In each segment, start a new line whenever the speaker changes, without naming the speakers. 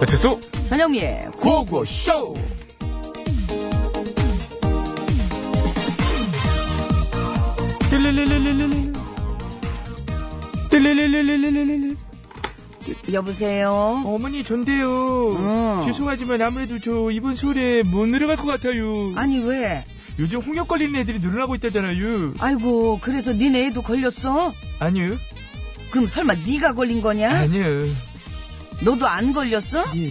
배칠수
전영미의
구호구쇼
여보세요.
어머니 전데요 어.
음.
죄송하지만 아무래도 저 이번 설에 못 내려갈 것 같아요
아니 왜?
요즘 홍역 걸리는 애들이 늘어나고 있다잖아요
아이고 그래서 니네 애도 걸렸어?
아니요
그럼 설마 네가 걸린 거냐?
아니요
너도 안 걸렸어?
예.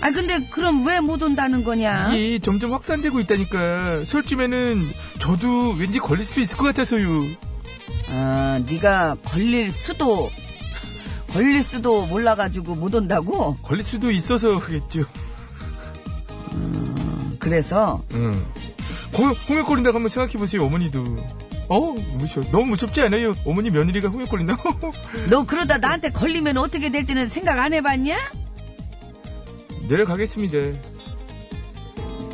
아 근데 그럼 왜 못 온다는 거냐?
이게 점점 확산되고 있다니까 설쯤에는 저도 왠지 걸릴 수도 있을 것 같아서요
아 네가 걸릴 수도 걸릴 수도 몰라가지고 못 온다고?
걸릴 수도 있어서 그겠죠
그래서
응. 홍역 걸린다고 한번 생각해보세요 어머니도 어 무셔 너무 무섭지 않아요 어머니 며느리가 홍역 걸린다
너 그러다 나한테 걸리면 어떻게 될지는 생각 안 해봤냐?
내려가겠습니다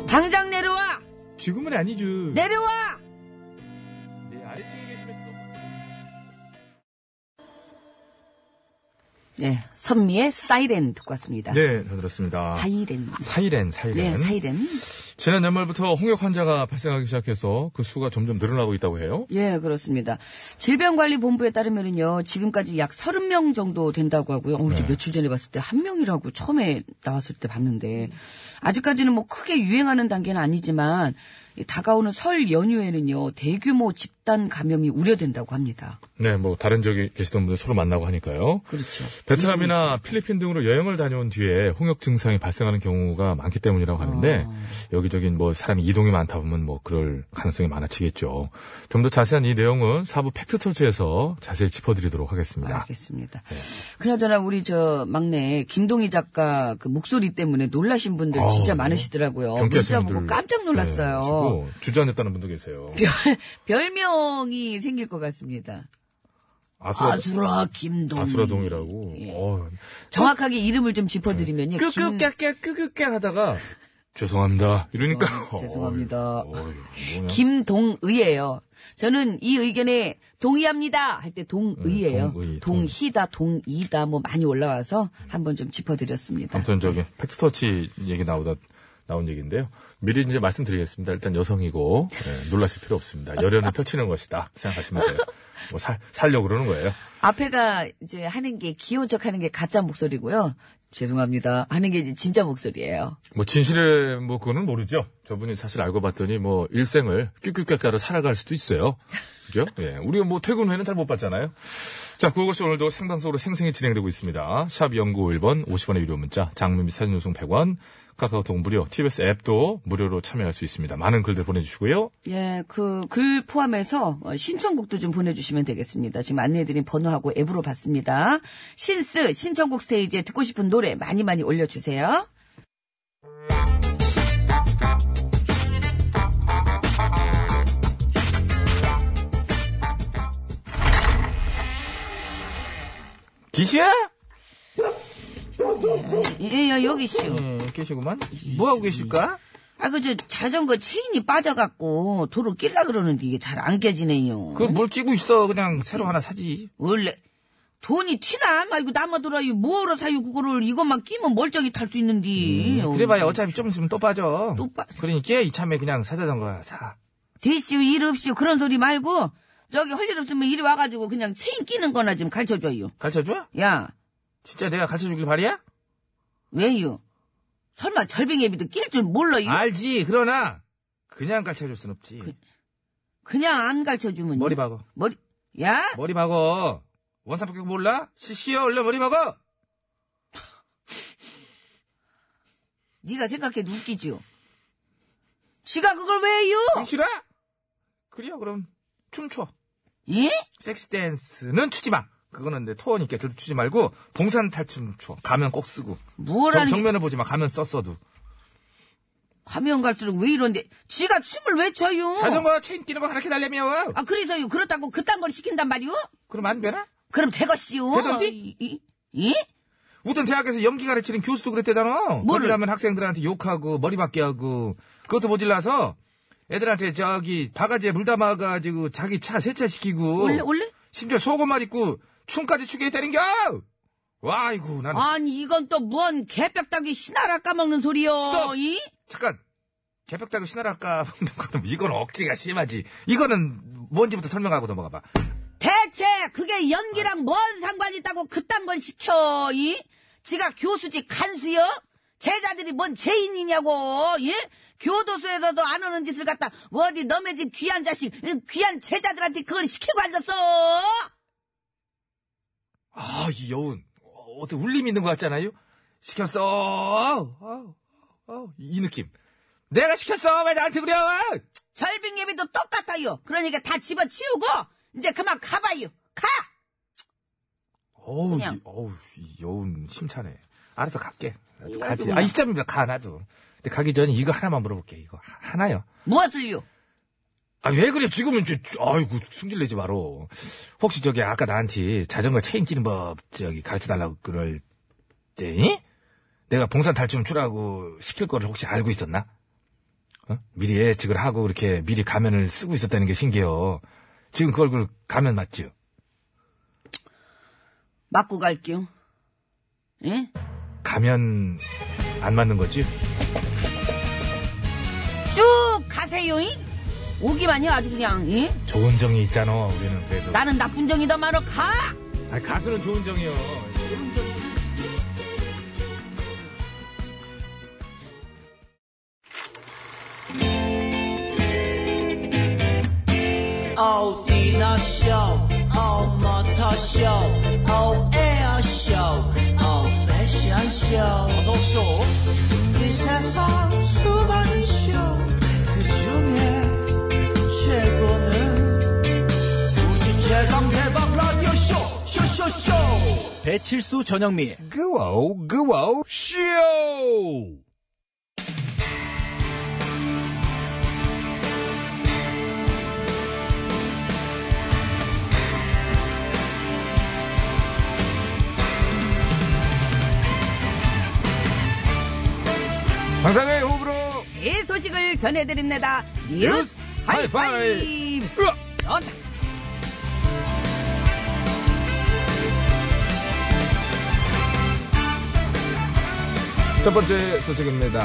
당장 내려와!
지금은 아니죠
내려와!
네, 아래층에 계시면서 너무-
네, 선미의 사이렌 듣고 왔습니다.
네, 다 들었습니다
사이렌.
사이렌, 사이렌.
네, 사이렌.
지난 연말부터 홍역 환자가 발생하기 시작해서 그 수가 점점 늘어나고 있다고 해요.
예, 그렇습니다. 질병관리본부에 따르면요, 지금까지 약 30명 정도 된다고 하고요. 어,
네.
제 며칠 전에 봤을 때 한 명이라고 처음에 나왔을 때 봤는데, 아직까지는 뭐 크게 유행하는 단계는 아니지만, 이 다가오는 설 연휴에는요, 대규모 집단 감염이 우려된다고 합니다.
네, 뭐 다른 지역에 계시던 분들 서로 만나고 하니까요.
그렇죠.
베트남이나 필리핀 등으로 여행을 다녀온 뒤에 홍역 증상이 발생하는 경우가 많기 때문이라고 하는데 여기저기 뭐 사람이 이동이 많다 보면 뭐 그럴 가능성이 많아지겠죠. 좀 더 자세한 이 내용은 사부 팩트 터치에서 자세히 짚어드리도록 하겠습니다.
알겠습니다.
네.
그나저나 우리 저 막내 김동희 작가 그 목소리 때문에 놀라신 분들
아우, 네.
진짜 많으시더라고요. 어, 문자
경찰서분들,
보고 깜짝
네,
놀랐어요. 예.
그리고 주저앉았다는 분도 계세요.
별, 명이 생길 것 같습니다.
아수라,
아수라 김동희.
아수라동이라고.
예.
어,
정확하게 이름을 좀 짚어드리면요. 김-
네. 끄끄깨깨 끄끄깨 하다가 죄송합니다. 이러니까
어, 죄송합니다.
어이, 어이, 뭐냐.
김동의예요. 저는 이 의견에 동의합니다. 할 때 동의예요.
음, 동의, 동-
동희다, 동이다 뭐 많이 올라와서 한번 좀 짚어드렸습니다.
아무튼 저기 팩트터치 얘기 나오다 나온 얘기인데요. 미리 이제 말씀드리겠습니다. 일단 여성이고 예, 놀라실 필요 없습니다. 열연을 펼치는 것이다 생각하시면 돼요. 뭐 살, 살려 그러는 거예요.
앞에가 이제 하는 게 기호적 하는 게 가짜 목소리고요. 죄송합니다. 하는 게 이제 진짜 목소리예요.
뭐 진실의 뭐 그거는 모르죠. 저분이 사실 알고 봤더니 뭐 일생을 뀨뀨깍까로 살아갈 수도 있어요. 그죠? 예. 우리가 뭐 퇴근 후에는 잘 못 봤잖아요. 자, 그것이 오늘도 생방송으로 생생히 진행되고 있습니다. 샵 0951번 50원의 유료 문자, 장미 및 사진 요송 100원, 카카오톡 무료, TBS 앱도 무료로 참여할 수 있습니다. 많은 글들 보내주시고요.
예, 그 글 포함해서 어, 신청곡도 좀 보내주시면 되겠습니다. 지금 안내해드린 번호하고 앱으로 받습니다. 신스 신청곡 스테이지에 듣고 싶은 노래 많이 많이 올려주세요.
기시야?
예, 예, 여기 씨요.
계시구만. 뭐 하고 계실까?
아, 그, 저, 자전거 체인이 빠져갖고, 도로 낄라 그러는데 이게 잘 안 깨지네요.
뭘그 끼고 있어? 그냥 새로 하나 사지.
원래, 돈이 튀나? 아이고, 남아돌아, 이 뭐하러 사요, 그거를. 이것만 끼면 멀쩡히 탈 수 있는디.
어차피 좀 있으면 또 빠져.
또 빠-
그러니까 이참에 그냥 사자던가 사.
대시오, 일 없이오, 그런 소리 말고, 저기 할 일 없으면 이리 와가지고 그냥 체인 끼는 거나 좀 가르쳐 줘요.
가르쳐줘?
야,
진짜 내가 가르쳐 주길 바래야?
왜요? 설마 절빙애비도 낄 줄 몰라요?
알지. 그러나 그냥 가르쳐 줄 순 없지.
그냥 안 가르쳐 주면.
머리 박어.
머리, 야?
머리 박어. 원사폭격 몰라? 시시어 얼른 머리 박어.
네가 생각해도 웃기지요. 지가 그걸 왜 해요?
싫어? 그래요. 그럼 춤춰.
예?
섹스 댄스는 추지 마. 그거는 내 토어니까 절대 추지 말고 봉산 탈춤 추어. 가면 꼭 쓰고. 정-
뭐라는 게
정면을 보지 마. 가면 썼어도.
가면 갈수록 왜 이런데 지가 춤을 왜 춰요?
자전거 체인 끼는 거 하나 해달라며.
아 그래서요 그렇다고 그딴 걸 시킨단 말이오?
그럼 안 되나?
그럼 대것이요.
되던디?
이- 이- 예?
우선 대학에서 연기 가르치는 교수도 그랬대잖아.
뭐를?
머리 하면 학생들한테 욕하고 머리 박기 하고 그것도 모질라서 애들한테 저기 바가지에 물 담아가지고 자기 차 세차 시키고
원래 원래
심지어 속옷만 입고 춤까지 추게 했다는겨. 와, 아이고, 난.
아니 이건 또 뭔 개벽 따기 신하라 까먹는 소리요.
스톱!
이?
잠깐. 개벽다고 신하랄까 먹는 거는 이건 억지가 심하지. 이거는 뭔지부터 설명하고 넘어가봐.
대체 그게 연기랑 뭔 상관이 있다고 그딴 걸 시켜 이? 지가 교수지 간수여? 제자들이 뭔 죄인이냐고 예? 교도소에서도 안 오는 짓을 갖다 어디 너네 집 귀한 자식 이 귀한 제자들한테 그걸 시키고 앉았어
아, 이 여운. 어, 어떻게 울림 있는 것 같잖아요? 시켰어. 아우, 아우, 아우. 이 느낌. 내가 시켰어. 왜 나한테 그래?
절빙예비도 똑같아요 그러니까 다 집어치우고 이제 그만 가봐요 가
어우,
그냥.
이, 어우, 이 여운 힘차네. 알아서 갈게. 나도 가지. 아, 이점입니다. 가, 나도. 근데 가기 전에 이거 하나만 물어볼게. 이거 하- 하나요.
무엇을요
아, 왜 그래? 지금은 이제, 아이고, 승질내지 마로. 혹시 저기, 아까 나한테 자전거 체인 끼는 법, 저기, 가르쳐 달라고 그럴 때, 이? 내가 봉산 탈춤 추라고 시킬 거를 혹시 알고 있었나? 어? 미리 예측을 하고, 이렇게 미리 가면을 쓰고 있었다는 게 신기해요. 지금 그걸, 그 가면 맞죠?
맞고 갈게요 예?
가면, 안 맞는 거지?
쭉 가세요 이? 오기만요 아주 그냥 예?
좋은 정이 있잖아, 우리는 그래도.
나는 나쁜 정이 더 많어 가
아, 가수는 좋은 정이요.
어디나 쇼, 어머터 쇼, 어에어 쇼, 어 패션 쇼. 어서 쇼. 이 세상 수많은 쇼, 그 중에 최고는 우주 최강 대박 라디오 쇼, 쇼쇼쇼. 배칠수 전영미.
그와우, 그와우, 쇼! 방상의 호흡으로
이 소식을 전해드립니다. 뉴스 하이파이브!
으아!
전화.
첫 번째 소식입니다.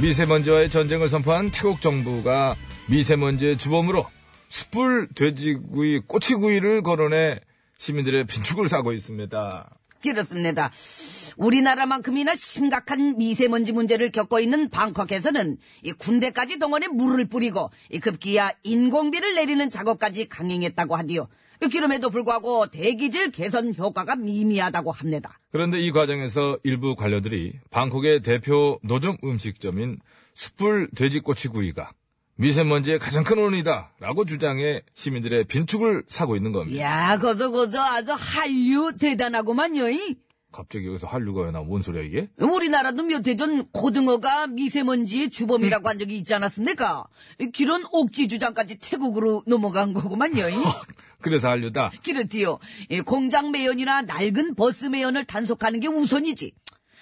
미세먼지와의 전쟁을 선포한 태국 정부가 미세먼지의 주범으로 숯불 돼지구이 꼬치구이를 거론해 시민들의 빈축을 사고 있습니다.
그렇습니다. 우리나라만큼이나 심각한 미세먼지 문제를 겪고 있는 방콕에서는 이 군대까지 동원해 물을 뿌리고 이 급기야 인공비를 내리는 작업까지 강행했다고 하디요. 그럼에도 불구하고 대기질 개선 효과가 미미하다고 합니다.
그런데 이 과정에서 일부 관료들이 방콕의 대표 노점 음식점인 숯불 돼지꼬치구이가 미세먼지의 가장 큰 원인이다라고 주장해 시민들의 빈축을 사고 있는 겁니다.
야, 거저 거저 아주 한류 대단하고만요. 이.
갑자기 여기서 한류가 왜 나? 뭔 소리야 이게?
우리나라도 몇 해 전 고등어가 미세먼지의 주범이라고 한 적이 있지 않았습니까? 그런 옥지 주장까지 태국으로 넘어간 거구만요. 이.
그래서 한류다.
그렇디요. 이 공장 매연이나 낡은 버스 매연을 단속하는 게 우선이지.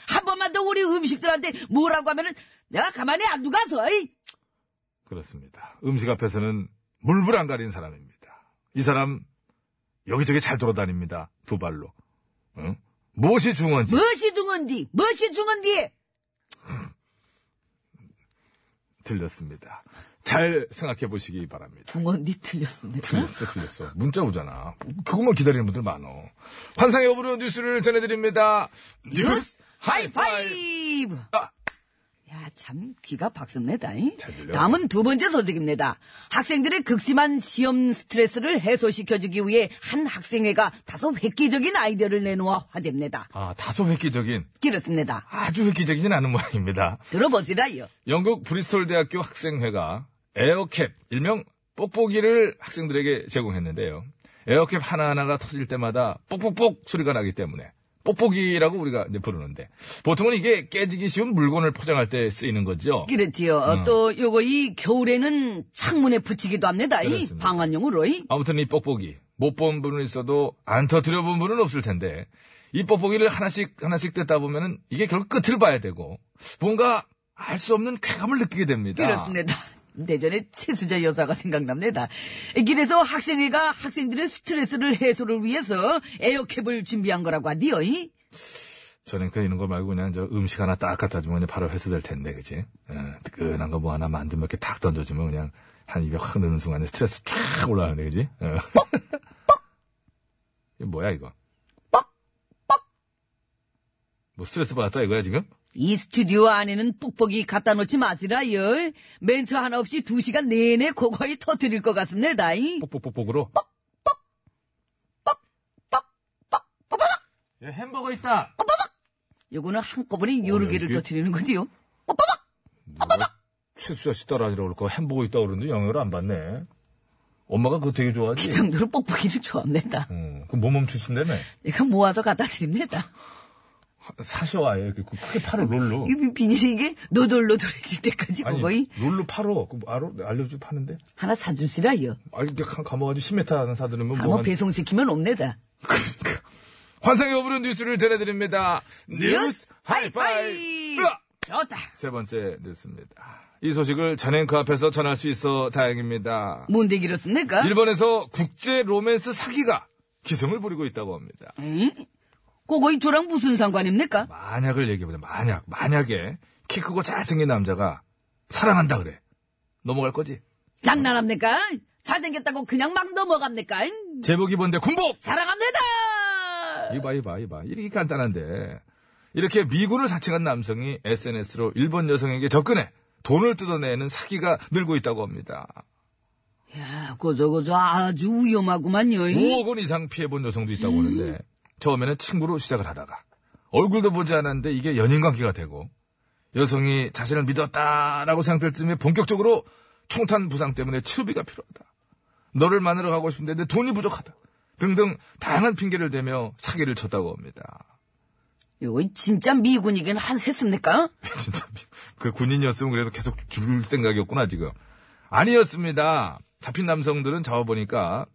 한 번만 더 우리 음식들한테 뭐라고 하면은 내가 가만히 안 두가서. 이.
그렇습니다. 음식 앞에서는 물불 안 가린 사람입니다. 이 사람 여기저기 잘 돌아다닙니다. 두 발로. 응? 무엇이 중요한지
멋이 둥언디, 멋이 둥언디.
들렸습니다. 잘 생각해 보시기 바랍니다.
둥언디 틀렸습니다.
틀렸어, 틀렸어. 문자 오잖아. 그것만 기다리는 분들 많어. 환상의 오브로 뉴스를 전해드립니다.
뉴스 하이파이브!
아.
야, 참, 귀가 박습니다. 이.
잘 들려요.
다음은 두 번째 소식입니다. 학생들의 극심한 시험 스트레스를 해소시켜주기 위해 한 학생회가 다소 획기적인 아이디어를 내놓아 화제입니다.
아, 다소 획기적인,
그렇습니다.
아주 획기적이진 않은 모양입니다.
들어보시라요.
영국 브리스톨 대학교 학생회가 에어캡, 일명 뽁뽁이를 학생들에게 제공했는데요. 에어캡 하나하나가 터질 때마다 뽁뽁뽁 소리가 나기 때문에 뽁뽁이라고 우리가 이제 부르는데 보통은 이게 깨지기 쉬운 물건을 포장할 때 쓰이는 거죠.
그렇지요.
음.
어, 또, 요거, 이, 겨울에는 창문에 붙이기도 합니다. 이,
그렇습니다.
방안용으로, 이.
아무튼 이 뽁뽁이 못 본 분은 있어도 안 터뜨려 본 분은 없을 텐데 이 뽁뽁이를 하나씩 하나씩 뜯다 보면은 이게 결국 끝을 봐야 되고 뭔가 알 수 없는 쾌감을 느끼게 됩니다.
그렇습니다. 대전의 최수자 여사가 생각납니다. 길에서 학생회가 학생들의 스트레스를 해소를 위해서 에어캡을 준비한 거라고 하디요. 이?
저는 그냥 이런 거 말고 그냥 저 음식 하나 딱 갖다 주면 그냥 바로 해소될 텐데, 그지? 어, 뜨끈한 거 뭐 하나 만들면 이렇게 탁 던져주면 그냥 한 입에 확 넣는 순간에 스트레스 쫙 올라가는데, 그지? 어. 이거 뭐야, 이거? 뭐 스트레스 받았다 이거야, 지금?
이 스튜디오 안에는 뽁뽁이 갖다 놓지 마시라요. 멘트 하나 없이 두 시간 내내 고거이 터뜨릴 것 같습니다. 이.
뽁뽁뽁뽁으로. 예, 햄버거 있다!
요거는 한꺼번에 여러
어,
개를
이게-
터뜨리는 건데요.
누가 최수자 씨 따라하느라고 그럴까? 햄버거 있다 그러는데 영향을 안 받네. 엄마가 그거 되게
이
좋아하지?
정도로 뽁뽁이를 좋아합니다.
응, 그럼 뭐 멈추신다며?
이거 모아서 갖다 드립니다.
사셔, 아예. 이렇게 그 크게 팔을 롤로.
이 비닐이 이게 노돌노돌해질 때까지 고거이
롤로 팔어. 그 알어? 알려주 파는데?
하나 사주시라요.
아니, 이렇게 가- 감아가지고 10m 하나 사들으면
한번
뭐. 한- 그러니까.
배송시키면 옵니다.
환상의 오브른 뉴스를 전해드립니다. 뉴스 하이파이!
하이파이!
으아!
좋다.
세 번째 뉴스입니다. 이 소식을 전행 그 앞에서 전할 수 있어 다행입니다.
뭔데 길었습니까?
일본에서 국제 로맨스 사기가 기승을 부리고 있다고 합니다.
고거이 저랑 무슨 상관입니까?
만약을 얘기해보자. 만약, 만약에 키 크고 잘생긴 남자가 사랑한다 그래. 넘어갈 거지?
장난합니까? 잘생겼다고 그냥 막 넘어갑니까?
제목이 뭔데? 군복!
사랑합니다!
이봐, 이봐, 이봐. 이렇게 간단한데. 이렇게 미군을 사칭한 남성이 SNS로 일본 여성에게 접근해 돈을 뜯어내는 사기가 늘고 있다고 합니다.
야, 아, 고저고저 아주 위험하구만요. 이.
5억 원 이상 피해본 여성도 있다고 하는데 처음에는 친구로 시작을 하다가 얼굴도 보지 않았는데 이게 연인 관계가 되고 여성이 자신을 믿었다라고 생각될 쯤에 본격적으로 총탄 부상 때문에 치료비가 필요하다. 너를 만나러 가고 싶은데 내 돈이 부족하다. 등등 다양한 핑계를 대며 사기를 쳤다고 합니다.
요거 진짜 미군이긴 한 했습니까?
진짜 미- 그 군인이었으면 그래도 계속 줄 생각이었구나 지금. 아니었습니다. 잡힌 남성들은 잡아보니까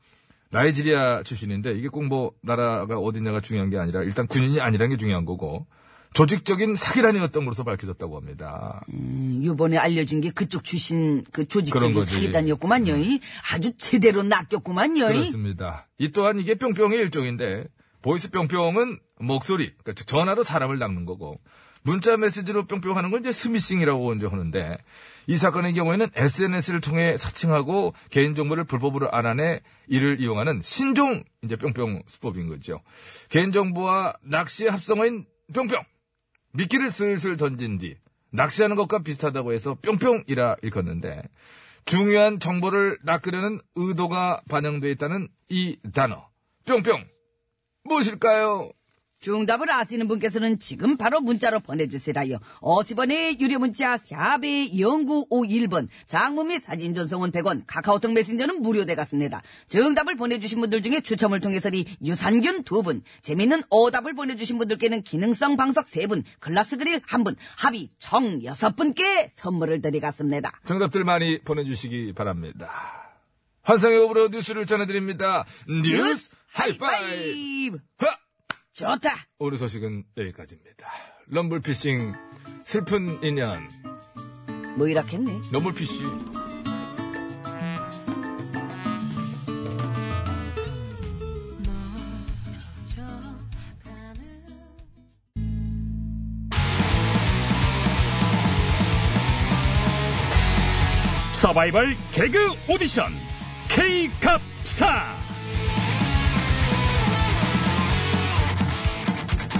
나이지리아 출신인데 이게 꼭 뭐 나라가 어디냐가 중요한 게 아니라 일단 군인이 아니라는 게 중요한 거고 조직적인 사기단이었던 것으로 밝혀졌다고 합니다.
음, 요번에 알려진 게 그쪽 출신 그
그런
조직적인
거지.
사기단이었구만요. 이. 아주 제대로 낚였구만요. 이.
그렇습니다. 이 또한 이게 뿅뿅의 일종인데 보이스 뿅뿅은 목소리, 그러니까 즉 전화로 사람을 낚는 거고 문자 메시지로 뿅뿅하는 걸 이제 스미싱이라고 이제 하는데 이 사건의 경우에는 SNS를 통해 사칭하고 개인 정보를 불법으로 알아내 이를 이용하는 신종 이제 뿅뿅 수법인 거죠. 개인 정보와 낚시 합성어인 뿅뿅 미끼를 슬슬 던진 뒤 낚시하는 것과 비슷하다고 해서 뿅뿅이라 읽었는데 중요한 정보를 낚으려는 의도가 반영돼 있다는 이 단어 뿅뿅 무엇일까요?
정답을 아시는 분께서는 지금 바로 문자로 보내주세요. 50원의 유료 문자 샵의 0951번 장문 및 사진 전송은 100원 카카오톡 메신저는 무료되겠습니다. 정답을 보내주신 분들 중에 추첨을 통해서리 유산균 2분 재미있는 오답을 보내주신 분들께는 기능성 방석 3분 글라스 그릴 1분 합의 총 6분께 선물을 드리겠습니다.
정답들 많이 보내주시기 바랍니다. 환상의 오브로 뉴스를 전해드립니다. 뉴스 하이파이브! 하!
좋다.
오늘 소식은 여기까지입니다. 럼블피싱 슬픈 인연
뭐 이렇겠네.
럼블피쉬
서바이벌 개그 오디션 K-컵 스타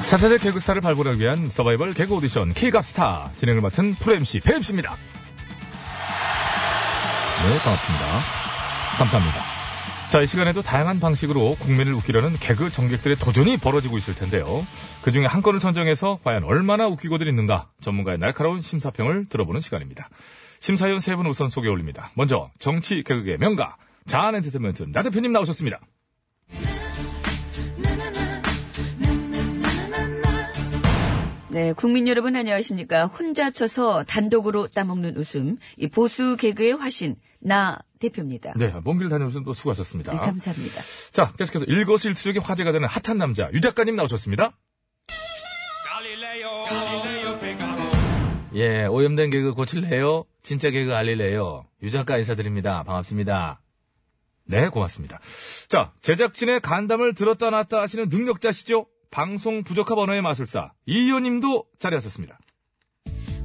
차세대 개그스타를 발굴하기 위한 서바이벌 개그 오디션 K갑스타 진행을 맡은 프로 MC 배임씨입니다. 네, 반갑습니다. 감사합니다. 자, 이 시간에도 다양한 방식으로 국민을 웃기려는 개그 정객들의 도전이 벌어지고 있을 텐데요. 그 중에 한 건을 선정해서 과연 얼마나 웃기고들 있는가 전문가의 날카로운 심사평을 들어보는 시간입니다. 심사위원 세 분 우선 소개 올립니다. 먼저 정치 개그의 명가 자한 엔터테인먼트 나 대표님 나오셨습니다.
네, 국민 여러분 안녕하십니까. 혼자 쳐서 단독으로 따먹는 웃음, 이 보수 개그의 화신, 나 대표입니다.
네, 먼 길 다녀오신 또 수고하셨습니다.
네, 감사합니다.
자, 계속해서 일거수일투족의 화제가 되는 핫한 남자 유 작가님 나오셨습니다. 예, 오염된 개그 고칠래요? 진짜 개그 알릴래요? 유 작가 인사드립니다. 반갑습니다. 네, 고맙습니다. 자, 제작진의 간담을 들었다 놨다 하시는 능력자시죠?
방송 부적합 언어의 마술사 이의원님도 자리하셨습니다.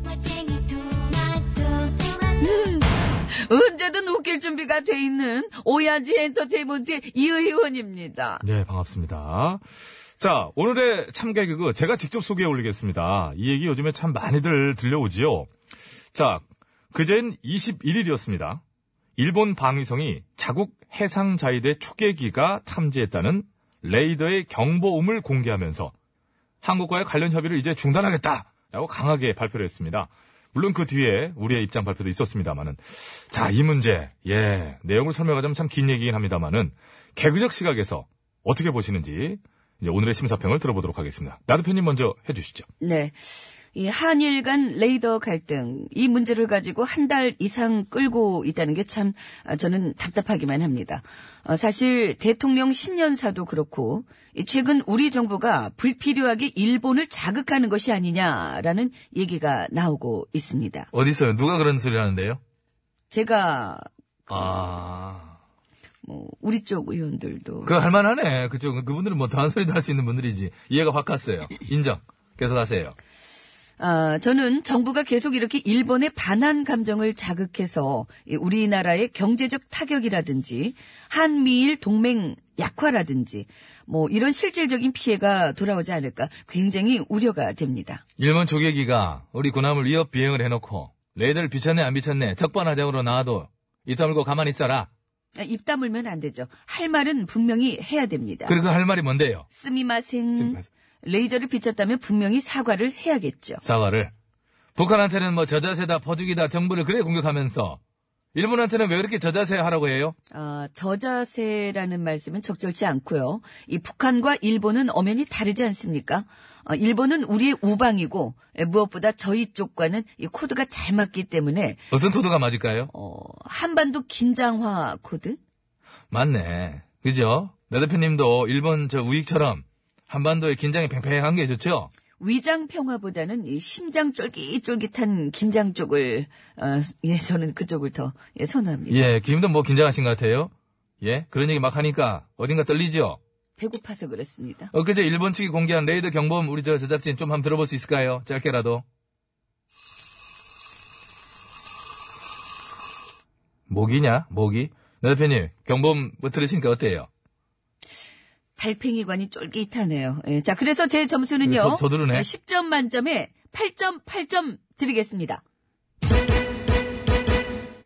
멋쟁이 토마토 토마토
언제든 웃길 준비가 돼 있는 오야지 엔터테인먼트의 이의원입니다.
네, 반갑습니다. 자, 오늘의 참가개그 제가 직접 소개해 올리겠습니다. 이 얘기 요즘에 참 많이들 들려오지요. 자, 그제는 21일이었습니다. 일본 방위성이 자국 해상자위대 초계기가 탐지했다는 레이더의 경보음을 공개하면서 한국과의 관련 협의를 이제 중단하겠다! 라고 강하게 발표를 했습니다. 물론 그 뒤에 우리의 입장 발표도 있었습니다만은. 자, 이 문제. 예. 내용을 설명하자면 참 긴 얘기긴 합니다만은 개그적 시각에서 어떻게 보시는지 이제 오늘의 심사평을 들어보도록 하겠습니다. 나도 편님 먼저 해주시죠.
네. 이 한일 간 레이더 갈등, 이 문제를 가지고 한 달 이상 끌고 있다는 게 참, 아, 저는 답답하기만 합니다. 어, 사실 대통령 신년사도 그렇고, 이 최근 우리 정부가 불필요하게 일본을 자극하는 것이 아니냐라는 얘기가 나오고 있습니다.
어디서요? 누가 그런 소리 하는데요?
제가,
아.
뭐, 우리 쪽 의원들도.
그거 할만하네. 그쪽, 그분들은 뭐 더한 소리도 할 수 있는 분들이지. 이해가 확 갔어요. 인정. 계속하세요.
아, 저는 정부가 계속 이렇게 일본의 반한 감정을 자극해서 이 우리나라의 경제적 타격이라든지 한미일 동맹 약화라든지 뭐 이런 실질적인 피해가 돌아오지 않을까 굉장히 우려가 됩니다.
일본 조개기가 우리 군함을 위협 비행을 해놓고 레이더를 비쳤네 안 비쳤네 적반하장으로 나와도 입 다물고 가만히 있어라.
아, 입 다물면 안 되죠. 할 말은 분명히 해야 됩니다.
그리고 할 말이 뭔데요?
스미마생.
스미마셍.
레이저를 비쳤다면 분명히 사과를 해야겠죠.
사과를. 북한한테는 뭐 저자세다 퍼주기다 정부를 그래 공격하면서 일본한테는 왜 그렇게 저자세 하라고 해요?
아, 저자세라는 말씀은 적절치 않고요. 이 북한과 일본은 엄연히 다르지 않습니까? 어, 일본은 우리의 우방이고 에, 무엇보다 저희 쪽과는 이 코드가 잘 맞기 때문에
어떤 코드가 맞을까요?
어, 한반도 긴장화 코드?
맞네. 그죠? 나 대표님도 일본 저 우익처럼 한반도의 긴장이 팽팽한 게 좋죠?
위장 평화보다는 이 심장 쫄깃쫄깃한 긴장 쪽을 어, 예 저는 그쪽을 더 예, 선호합니다.
예, 김도 뭐 긴장하신 것 같아요? 예? 그런 얘기 막 하니까 어딘가 떨리죠?
배고파서 그렇습니다.
엊그제 일본 측이 공개한 레이더 경보음 우리 저 제작진 좀 한번 들어볼 수 있을까요? 짧게라도. 모기냐? 모기? 나 대표님, 경보음 뭐 들으시니까 어때요?
달팽이관이 쫄깃하네요. 예, 자 그래서 제 점수는요. 어,
서- 서두르네.
10점 만점에 8.8점 드리겠습니다.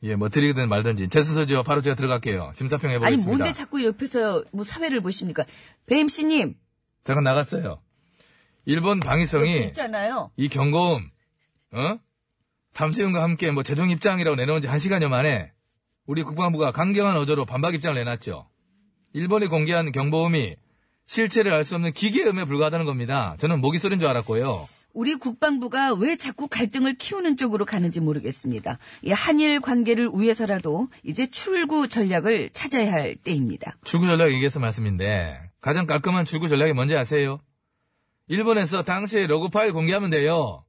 예, 뭐 드리든 말든지. 제 순서죠. 바로 제가 들어갈게요. 심사평
아니
해보겠습니다.
뭔데 자꾸 옆에서 뭐 사회를 보십니까? 배임씨님
잠깐 나갔어요. 일본 방위성이
있잖아요.
이 경고음, 어? 탐지음과 함께 뭐 재정 입장이라고 내놓은 지 한 시간여 만에 우리 국방부가 강경한 어조로 반박 입장을 내놨죠. 일본이 공개한 경보음이 실체를 알 수 없는 기계음에 불과하다는 겁니다. 저는 모기 소리인 줄 알았고요.
우리 국방부가 왜 자꾸 갈등을 키우는 쪽으로 가는지 모르겠습니다. 이 한일 관계를 위해서라도 이제 출구 전략을 찾아야 할 때입니다.
출구 전략 얘기해서 말씀인데 가장 깔끔한 출구 전략이 뭔지 아세요? 일본에서 당시의 로그 파일 공개하면 돼요.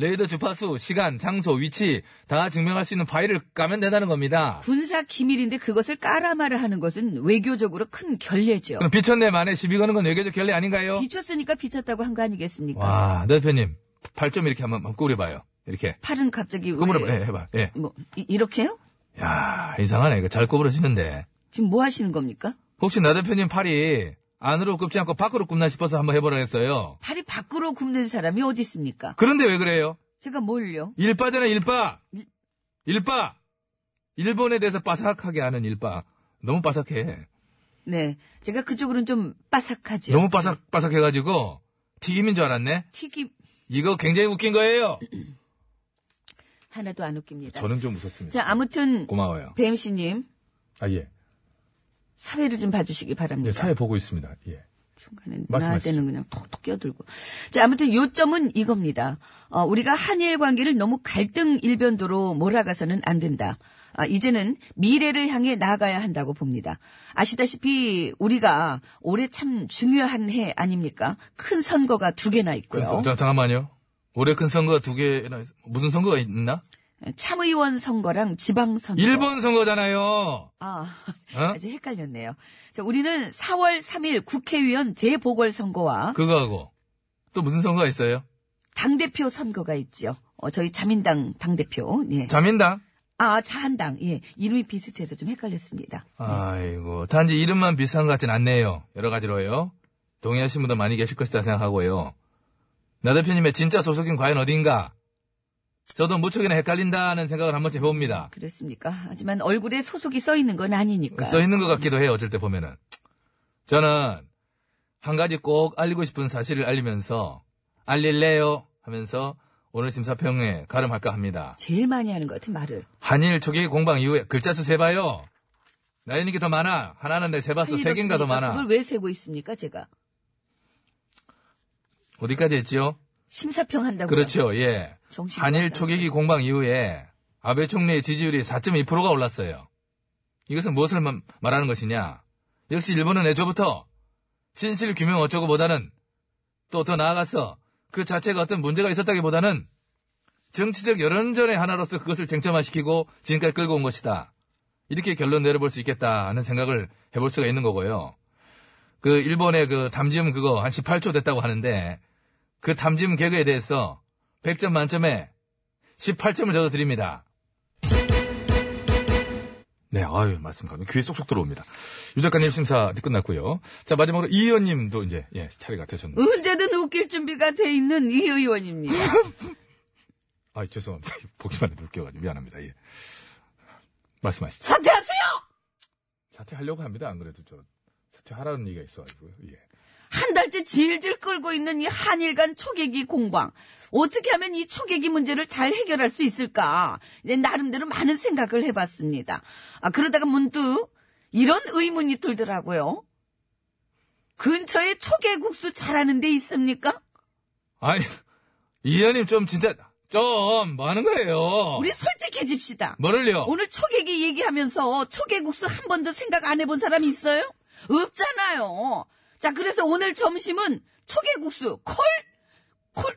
레이더 주파수, 시간, 장소, 위치 다 증명할 수 있는 파일을 까면 된다는 겁니다.
군사 기밀인데 그것을 까라마라 하는 것은 외교적으로 큰 결례죠.
그럼 비천내 만에 시비 거는 건 외교적 결례 아닌가요?
비쳤으니까 비쳤다고 한 거 아니겠습니까?
와, 네, 대표님. 팔 좀 이렇게 한번 꼬려봐요. 이렇게.
팔은 갑자기 왜,
꼬물어봐. 예, 해봐. 예.
뭐 이, 이렇게요?
야 이상하네. 이거 잘 꼬부러지는데.
지금 뭐 하시는 겁니까?
혹시 나 대표님 팔이 안으로 굽지 않고 밖으로 굽나 싶어서 한번 해보라 했어요.
팔이 밖으로 굽는 사람이 어디 있습니까?
그런데 왜 그래요?
제가 뭘요?
일빠잖아, 일빠! 일빠! 일본에 대해서 바삭하게 아는 일빠. 너무 바삭해.
네, 제가 그쪽으로는 좀 바삭하지요.
너무
예.
바삭, 바삭해가지고, 튀김인 줄 알았네?
튀김
이거 굉장히 웃긴 거예요!
하나도 안 웃깁니다.
저는 좀 웃었습니다.
자, 아무튼
고마워요.
배 m c 님
아, 예.
사회를 좀 봐주시기 바랍니다.
예, 사회 보고 있습니다. 예.
중간에
말씀하시죠.
나한테는 그냥 톡톡 끼어들고. 자, 아무튼 요점은 이겁니다. 어, 우리가 한일 관계를 너무 갈등 일변도로 몰아가서는 안 된다. 아, 이제는 미래를 향해 나아가야 한다고 봅니다. 아시다시피 우리가 올해 참 중요한 해 아닙니까? 큰 선거가 두 개나 있고요. 아,
자, 잠깐만요. 올해 큰 선거 두 개나, 있- 무슨 선거가 있나?
참의원 선거랑 지방선거.
일본 선거잖아요.
아,
어?
아직 헷갈렸네요. 자, 우리는 4월 3일 국회의원 재보궐선거와
그거하고 또 무슨 선거가 있어요?
당대표 선거가 있죠. 어, 저희 자민당 당대표. 예.
자민당.
아, 자한당. 예. 이름이 비슷해서 좀 헷갈렸습니다.
아이고 단지 이름만 비슷한 것 같진 않네요. 여러 가지로요. 동의하신 분도 많이 계실 것이다 생각하고요. 나 대표님의 진짜 소속인 과연 어디인가? 저도 무척이나 헷갈린다는 생각을 한번 해봅니다.
그렇습니까? 하지만 얼굴에 소속이 써 있는 건 아니니까.
써 있는 것 같기도 해요. 어쩔 때 보면은. 저는 한 가지 꼭 알리고 싶은 사실을 알리면서 알릴래요 하면서 오늘 심사평에 가름할까 합니다.
제일 많이 하는 것 같아, 말을.
한일 초기 공방 이후에 글자 수 세봐요. 나연이 게더 많아. 하나는 내가 세봤어.
큰일
세 개인가 더
없으니까
많아.
그걸 왜 세고 있습니까, 제가?
어디까지 했지요?
심사평 한다고.
그렇죠. 예.
정신
한일
없다.
초계기 공방 이후에 아베 총리의 지지율이 4.2%가 올랐어요. 이것은 무엇을 마- 말하는 것이냐? 역시 일본은 애초부터 신실 규명 어쩌고보다는 또 더 나아가서 그 자체가 어떤 문제가 있었다기보다는 정치적 여론전의 하나로서 그것을 쟁점화시키고 지금까지 끌고 온 것이다. 이렇게 결론 내려볼 수 있겠다 하는 생각을 해볼 수가 있는 거고요. 그 일본의 그 담지음 그거 한 18초 됐다고 하는데 그 담지음 개그에 대해서 100점 만점에 18점을 저도 드립니다.
네, 아유, 말씀 가면 귀에 쏙쏙 들어옵니다. 유 작가님 심사 이제 끝났고요. 자, 마지막으로 이 의원님도 이제, 예, 차례가 되셨네요.
언제든 웃길 준비가 돼 있는 이 의원입니다.
아, 죄송합니다. 보기만 해도 웃겨가지고 미안합니다. 예. 말씀하시죠.
사퇴하세요!
사퇴하려고 합니다. 안 그래도 저, 사퇴하라는 얘기가 있어가지고요. 예.
한 달째 질질 끌고 있는 이 한일 간 초계기 공방. 어떻게 하면 이 초계기 문제를 잘 해결할 수 있을까? 이제 나름대로 많은 생각을 해봤습니다. 아, 그러다가 문득 이런 의문이 들더라고요. 근처에 초계국수 잘하는 데 있습니까?
아니, 이 의원님 좀 진짜, 좀, 뭐 하는 거예요?
우리 솔직해집시다.
뭐를요?
오늘 초계기 얘기하면서 초계국수 한 번도 생각 안 해본 사람이 있어요? 없잖아요. 자, 그래서 오늘 점심은 초계국수 콜? 콜?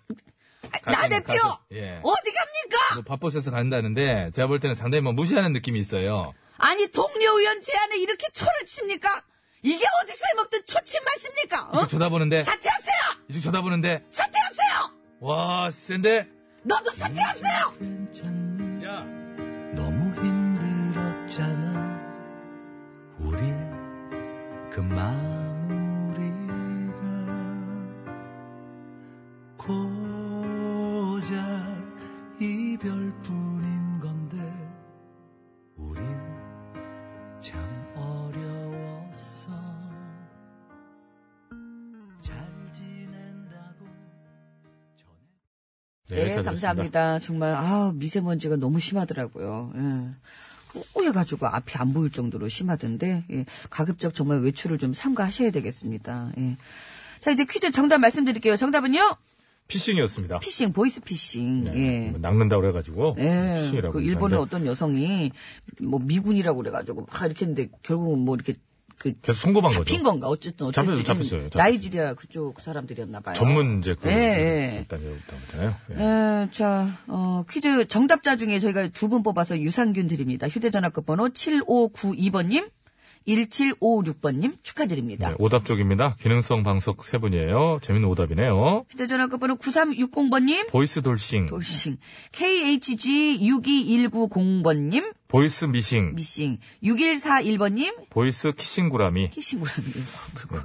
아, 나
가슴,
대표!
가슴. 예.
어디 갑니까?
뭐 바빠서 간다는데, 제가 볼 때는 상당히 뭐 무시하는 느낌이 있어요.
아니, 동료 의원 제안에 이렇게 초를 칩니까? 이게 어디서 해먹던 초침 맛입니까? 어?
이쪽 쳐다보는데,
사퇴하세요!
이쪽 쳐다보는데,
사퇴하세요!
와, 센데?
너도 사퇴하세요!
괜찮니?
야,
너무 힘들었잖아. 우리 그 마무리가 고작 이별뿐인 건데 우린 참 어려웠어. 잘 지낸다고 전해.
네,
잘 들었습니다.
감사합니다. 정말, 아 미세먼지가 너무 심하더라고요. 예. 오해가지고 앞이 안 보일 정도로 심하던데, 예. 가급적 정말 외출을 좀 삼가하셔야 되겠습니다. 예. 자, 이제 퀴즈 정답 말씀드릴게요. 정답은요?
피싱이었습니다.
피싱, 보이스피싱.
네,
예.
뭐 낚는다 그래가지고.
예,
피싱이라고.
그 일본의
그러는데
어떤 여성이 뭐 미군이라고 그래가지고 막 이렇게 했는데 결국은 뭐 이렇게 그
계속 송금한 거죠.
잡힌 건가 어쨌든 어쨌든
잡혔죠, 잡혔어요, 잡혔어요.
나이지리아 그쪽 사람들이었나 봐요.
전문 이제 그.
예, 예.
일단 여기부터 잖아요 예.
네, 자, 어, 퀴즈 정답자 중에 저희가 두 분 뽑아서 유산균 드립니다. 휴대전화 끝번호 7592번님, 1756번님 축하드립니다.
네, 오답 쪽입니다. 기능성 방석 세 분이에요. 재밌는 오답이네요.
휴대전화 끝번호 9360번님,
보이스 돌싱,
돌싱, KHG62190번님,
보이스 미싱,
미싱, 6141번님,
보이스 키싱구라미.
키싱구라님.
네,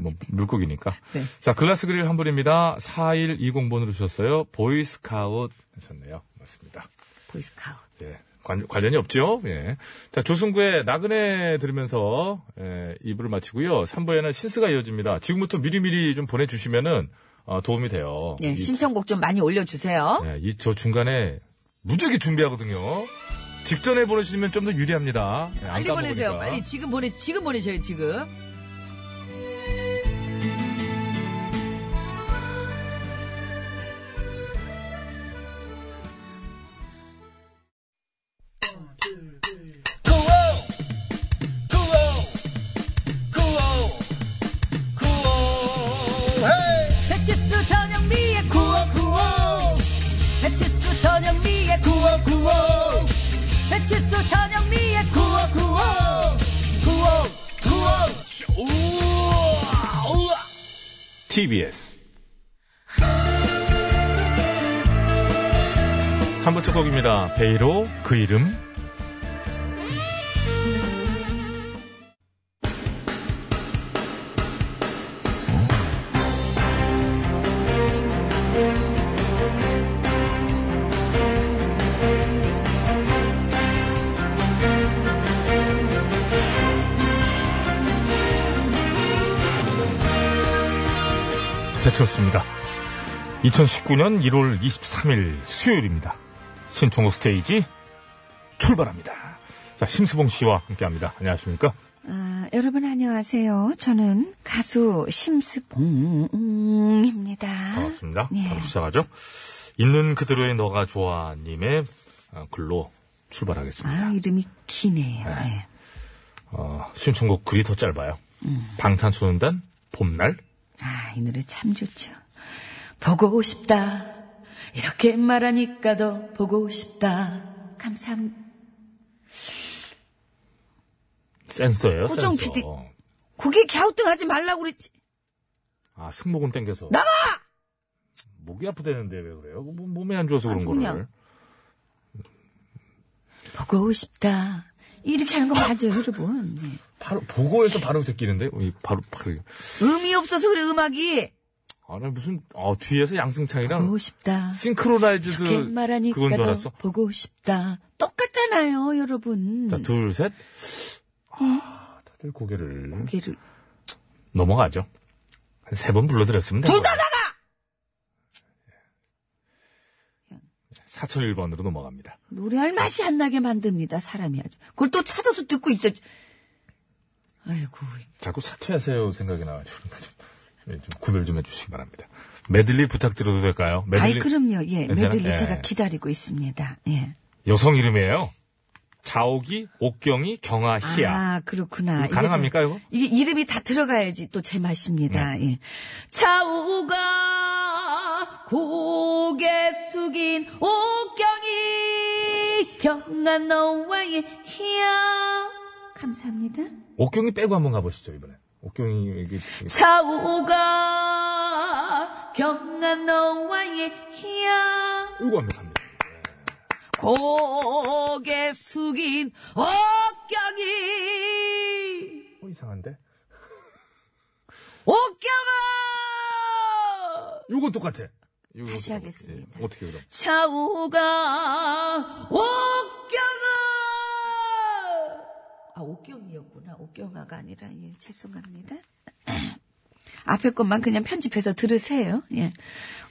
뭐 물고기니까.
네.
자, 글라스 그릴 한 분입니다. 4120번으로 주셨어요. 보이스카웃 하셨네요. 맞습니다.
보이스카우.
예. 관, 관련이 없죠? 예. 자, 조승구의 나그네 들으면서, 예, 2부를 마치고요. 3부에는 신스가 이어집니다. 지금부터 미리미리 좀 보내주시면은, 어, 도움이 돼요.
네,
이-
신청곡 좀 많이 올려주세요.
예, 이, 저 중간에 무지하게 준비하거든요. 직전에 보내시면 좀 더 유리합니다. 예, 안
빨리 보내세요.
까먹으니까.
빨리 지금 보내, 지금 보내셔요, 지금. 배치수 저녁 미에 구워 구워 배치수 저녁 미에 구워 구워
가수 전영미의
구워 구워 구워 구워 우와 우와
TBS 3부 첫 곡입니다. 베이로 그 이름 배철수입니다. 2019년 1월 23일 수요일입니다. 신청곡 스테이지 출발합니다. 자, 심수봉 씨와 함께 합니다. 안녕하십니까?
아, 여러분 안녕하세요. 저는 가수 심스봉입니다.
반갑습니다.
네.
바로 시작하죠. 있는 그대로의 너가 좋아님의 어, 글로 출발하겠습니다.
아, 이름이 기네요. 예.
어, 신청곡 글이 더 짧아요.
음.
방탄소년단 봄날
아, 이 노래 참 좋죠. 보고 싶다. 이렇게 말하니까 더 보고 싶다. 감사합니다.
센서예요.
호정
센서.
PD. 고개 갸우뚱 하지 말라고 그랬지.
아 승모근 땡겨서
나가!
목이 아프다는데 왜 그래요? 뭐, 몸에 안 좋아서 그런
아주 그냥.
거를.
보고 싶다. 이렇게 하는 거 맞아요, 여러분. 예.
바로 보고에서 바로 제끼는데 이 바로 바로
음이 없어서 그래, 음악이.
아나 무슨 어 뒤에서 양승창이랑
보고 싶다.
싱크로나이즈드
이렇게 말하니까
그건 줄
더
알았어.
보고 싶다. 똑같잖아요, 여러분.
자 둘 셋. 아, 다들 고개를
고개를.
넘어가죠. 한 세 번 불러드렸으면
둘 다
됩니다.
나가!
4001번으로 넘어갑니다.
노래할 맛이 안 나게 만듭니다, 사람이 아주. 그걸 또 찾아서 듣고 있어. 아이고,
자꾸 사퇴하세요 생각이 나가지고 그러니까 좀, 예, 좀 구별 좀 해주시기 바랍니다. 메들리 부탁드려도 될까요?
아이,
메들리
그럼요. 예,
괜찮아?
메들리
예.
제가 기다리고 있습니다. 예.
여성 이름이에요. 자옥이, 옥경이, 경아, 희야.
아, 그렇구나.
이거 가능합니까, 이거? 네.
이게 이름이 다 들어가야지 또 제 맛입니다. 예. 차우가 고개 숙인 옥경이 경한 너와의 희야. 감사합니다.
옥경이 빼고 한번 가보시죠 이번에. 옥경이 이게
차우가 경한 너와의 희야.
이거 한번 갑니다.
고개 숙인 옥경이
어, 이상한데?
옥경아
요건 똑같아. 요건
다시
똑같아.
하겠습니다.
예, 어떻게 그럼?
차우가 옥경아 아 옥경이었구나 옥경아가 아니라 예 죄송합니다 앞에 것만 그냥 편집해서 들으세요 예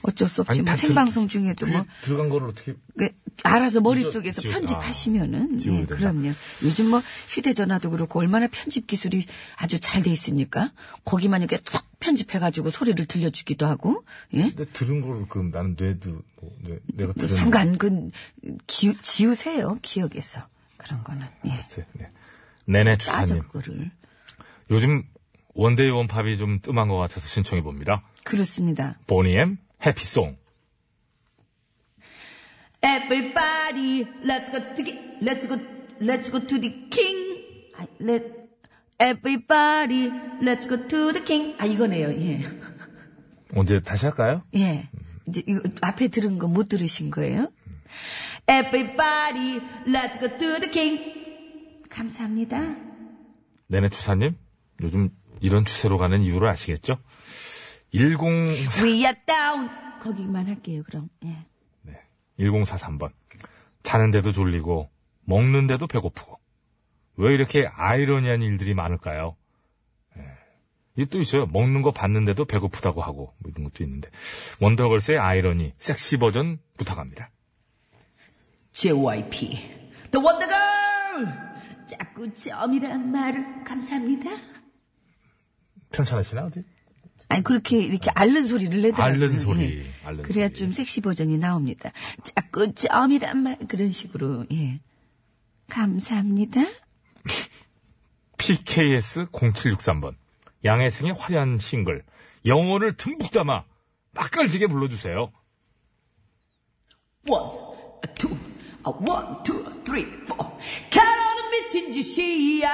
어쩔 수 없지
아니,
뭐
다 들-
생방송 중에도 뭐
들어간 거를 어떻게?
그, 알아서 머릿속에서
지워-
편집하시면은
아, 지워야
예,
된다.
그럼요. 요즘 뭐 휴대전화도 그렇고 얼마나 편집 기술이 아주 잘 돼 있습니까? 거기만 이렇게 쏙 편집해가지고 소리를 들려주기도 하고 예.
근데 들은 거를 그럼 나는 뇌도 뭐, 뇌, 내가
그
들은
순간 그 기, 지우세요 기억에서 그런 거는 예.
거. 네. 네네
따져
주사님.
그거를
요즘 원데이 원팝이 좀 뜸한 것 같아서 신청해 봅니다.
그렇습니다.
보니엠 해피송.
Everybody, let's go to the, let's go, let's go to the king. 아, let, everybody, let's go to the king. 아 이거네요. 예.
언제 다시 할까요?
예. 이제 이거 앞에 들은 거 못 들으신 거예요? Everybody, let's go to the king. 감사합니다.
네네 주사님. 요즘 이런 추세로 가는 이유를 아시겠죠? 10
We are down. 거기만 할게요, 그럼. 예.
1043번. 자는데도 졸리고, 먹는데도 배고프고. 왜 이렇게 아이러니한 일들이 많을까요? 예. 이게 또 있어요. 먹는 거 봤는데도 배고프다고 하고, 뭐 이런 것도 있는데. 원더걸스의 아이러니, 섹시 버전 부탁합니다.
JYP. The Wonder Girl! 자꾸 점이란 말을 감사합니다.
편찮으시나, 어디?
아니, 그렇게 이렇게 앓는 소리를 내더라고요. 예.
앓는 소리, 앓는
그래야
소리.
좀 섹시 버전이 나옵니다. 자꾸 점이란 말, 그런 식으로, 예. 감사합니다.
PKS0763번. 양혜승의 화려한 싱글. 영혼을 듬뿍 담아 맛깔지게 불러주세요.
원, 투,
아, 원, 투, 쓰리, 포. 캐롤은 미친 짓이야.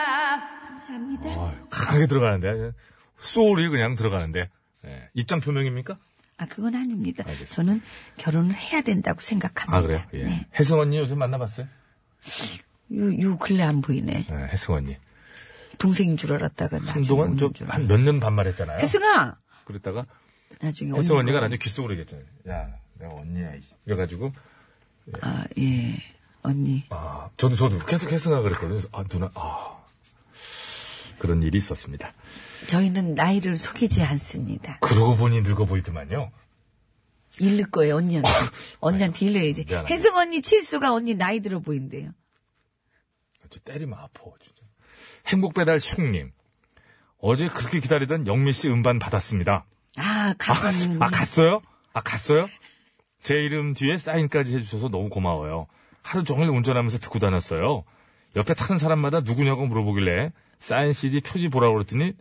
감사합니다.
아, 강하게 들어가는데. 소울이 그냥 들어가는데. 예. 입장 표명입니까?
아, 그건 아닙니다.
알겠습니다.
저는 결혼을 해야 된다고 생각합니다.
아, 그래요? 예.
네.
혜성 언니 요즘 만나봤어요?
요, 요 근래 안 보이네.
예, 혜성 언니.
동생인 줄 알았다가 나중에
한동안
언니인
좀
줄
한 몇 년 반말했잖아요.
혜승아!
그랬다가
나중에
혜성 언니가
언니가-
나중에 귓속으로 얘기했잖아요. 야, 내가 언니야. 이씨. 이래가지고
아, 예. 언니.
아, 저도, 저도 계속 혜승아 그랬거든요. 그래서 아, 누나, 아. 그런 일이 있었습니다.
저희는 나이를 속이지 않습니다.
그러고 보니 늙어 보이더만요.
잃을 거예요, 언니한테. 언니한테 잃어야지.
아, 미안합니다.
혜승 언니 치수가 언니 나이 들어 보인대요.
저 때리면 아파, 진짜. 행복배달 슝님. 어제 그렇게 기다리던 영미 씨 음반 받았습니다.
아,
아,
가끔.
갔, 아, 갔어요? 아, 갔어요? 제 이름 뒤에 사인까지 해주셔서 너무 고마워요. 하루 종일 운전하면서 듣고 다녔어요. 옆에 타는 사람마다 누구냐고 물어보길래 사인 CD 표지 보라고 그랬더니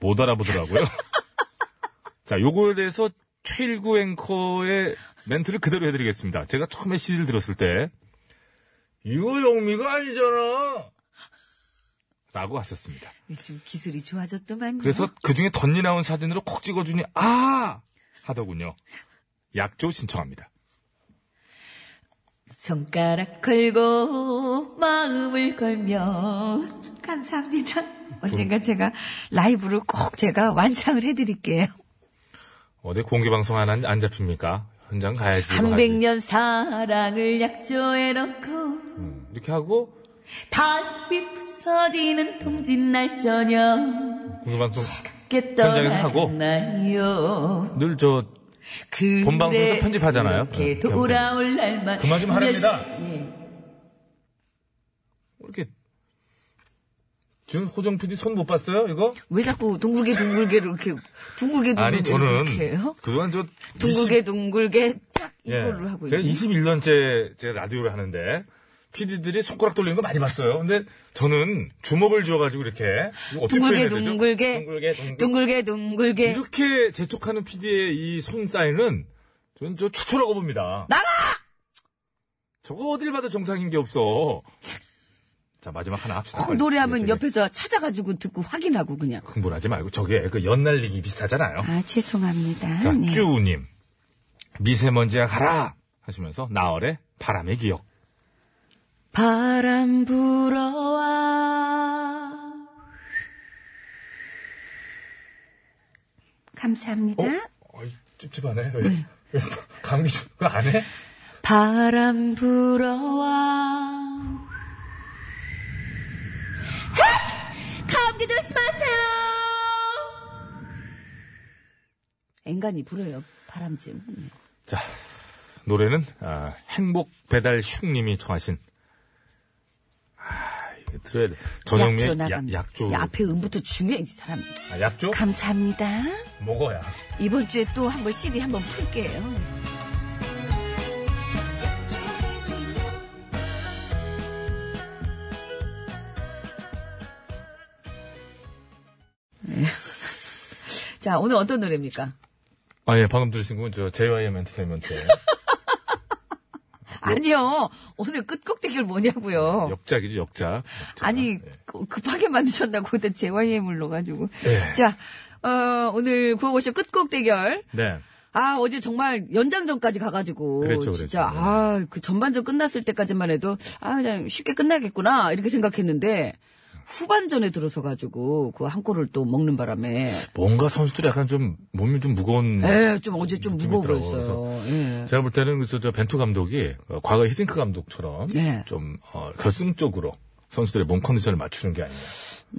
못 알아보더라고요. 자, 요거에 대해서 최일구 앵커의 멘트를 그대로 해드리겠습니다. 제가 처음에 CD를 들었을 때 이거 영미가 아니잖아! 라고 하셨습니다.
요즘 기술이 좋아졌더만요.
아. 그래서 그 중에 덧니 나온 사진으로 콕 찍어주니 아 하더군요. 약조 신청합니다.
손가락 걸고 마음을 걸며 감사합니다.
음,
언젠가 제가 라이브로 꼭 제가 완창을 해드릴게요.
네, 어디 공개 방송 안, 안 잡힙니까? 현장 가야지. 이거
삼백
뭐 하지.
년 사랑을 약조에 넣고
음, 이렇게 하고
달빛 부서지는 동짓 날 저녁
공개 방송 현장에서 하고.
깨떠나요
늘 저 본 방송에서 편집하잖아요.
그 이렇게
네,
돌아올 날만
그만 좀 하랍니다.
몇 시- 예.
이렇게 지금 호정 PD 손 못 봤어요? 이거?
왜 자꾸 둥글게 둥글게로 이렇게 둥글게 둥글게
아니 저는
이렇게 해요?
그동안 저
둥글게 둥글게 쫙
예,
이걸로 하고
제가
있는
21년째 제 라디오를 하는데 PD들이 손가락 돌리는 거 많이 봤어요. 근데 저는 주먹을 쥐어가지고 이렇게 이거 어떻게
둥글게
표현해야 되죠? 둥글게
둥글게
둥글게
둥글게 둥글게
이렇게 재촉하는 PD의 이 손 사인은 저는 저 최초라고 봅니다. 나가! 저거 어딜 봐도 정상인 게 없어. 자, 마지막 하나 합시다.
꼭
빨리. 예,
그 노래하면
저기
옆에서 찾아가지고 듣고 확인하고 그냥
흥분하지 말고 저게 그 연날리기 비슷하잖아요.
아 죄송합니다
자,
네.
쭈우님. 미세먼지야 가라! 하시면서 나얼의 바람의 기억.
바람 불어와 감사합니다
어이, 찝찝하네. 왜? 왜? 감기 좀, 그거 안 해?
바람 불어와 감기 조심하세요 앵간히 불어요 바람 좀
자, 노래는 아, 행복 배달 흉님이 청하신 아, 이거 들어야 돼. 전영미의
약조
약-
나갑니다
약조.
야, 앞에 음부터 중요해 이 사람
아, 약조?
감사합니다
먹어야.
이번 주에 또 한번 CD 한번 풀게요 네. 자 오늘 어떤 노래입니까?
아, 예, 방금 들으신 건 저 JYM 엔터테인먼트의
아니요. 오늘 끝곡 대결 뭐냐고요.
역작이죠, 역작. 역작.
아니
예.
그- 급하게 만드셨다고 그때 JYM을 넣어가지고.
예.
자 어, 오늘 구호고쇼 끝곡 대결.
네.
아 어제 정말 연장전까지 가가지고
그랬죠,
진짜
그랬죠.
아 그 전반전 끝났을 때까지만 해도 아 그냥 쉽게 끝나겠구나 이렇게 생각했는데 후반전에 들어서 가지고 그 한 골을 또 먹는 바람에 예,
뭔가 선수들이 약간 좀 몸이 좀 무거운.
에좀 어제 좀
네. 느낌이
무거워
있더라고요.
보였어요.
그래서
예.
제가 볼 때는 그래서 저 벤투 감독이 어, 과거 히딩크 감독처럼
네.
좀 어, 결승적으로 선수들의 몸 컨디션을 맞추는 게 아니냐.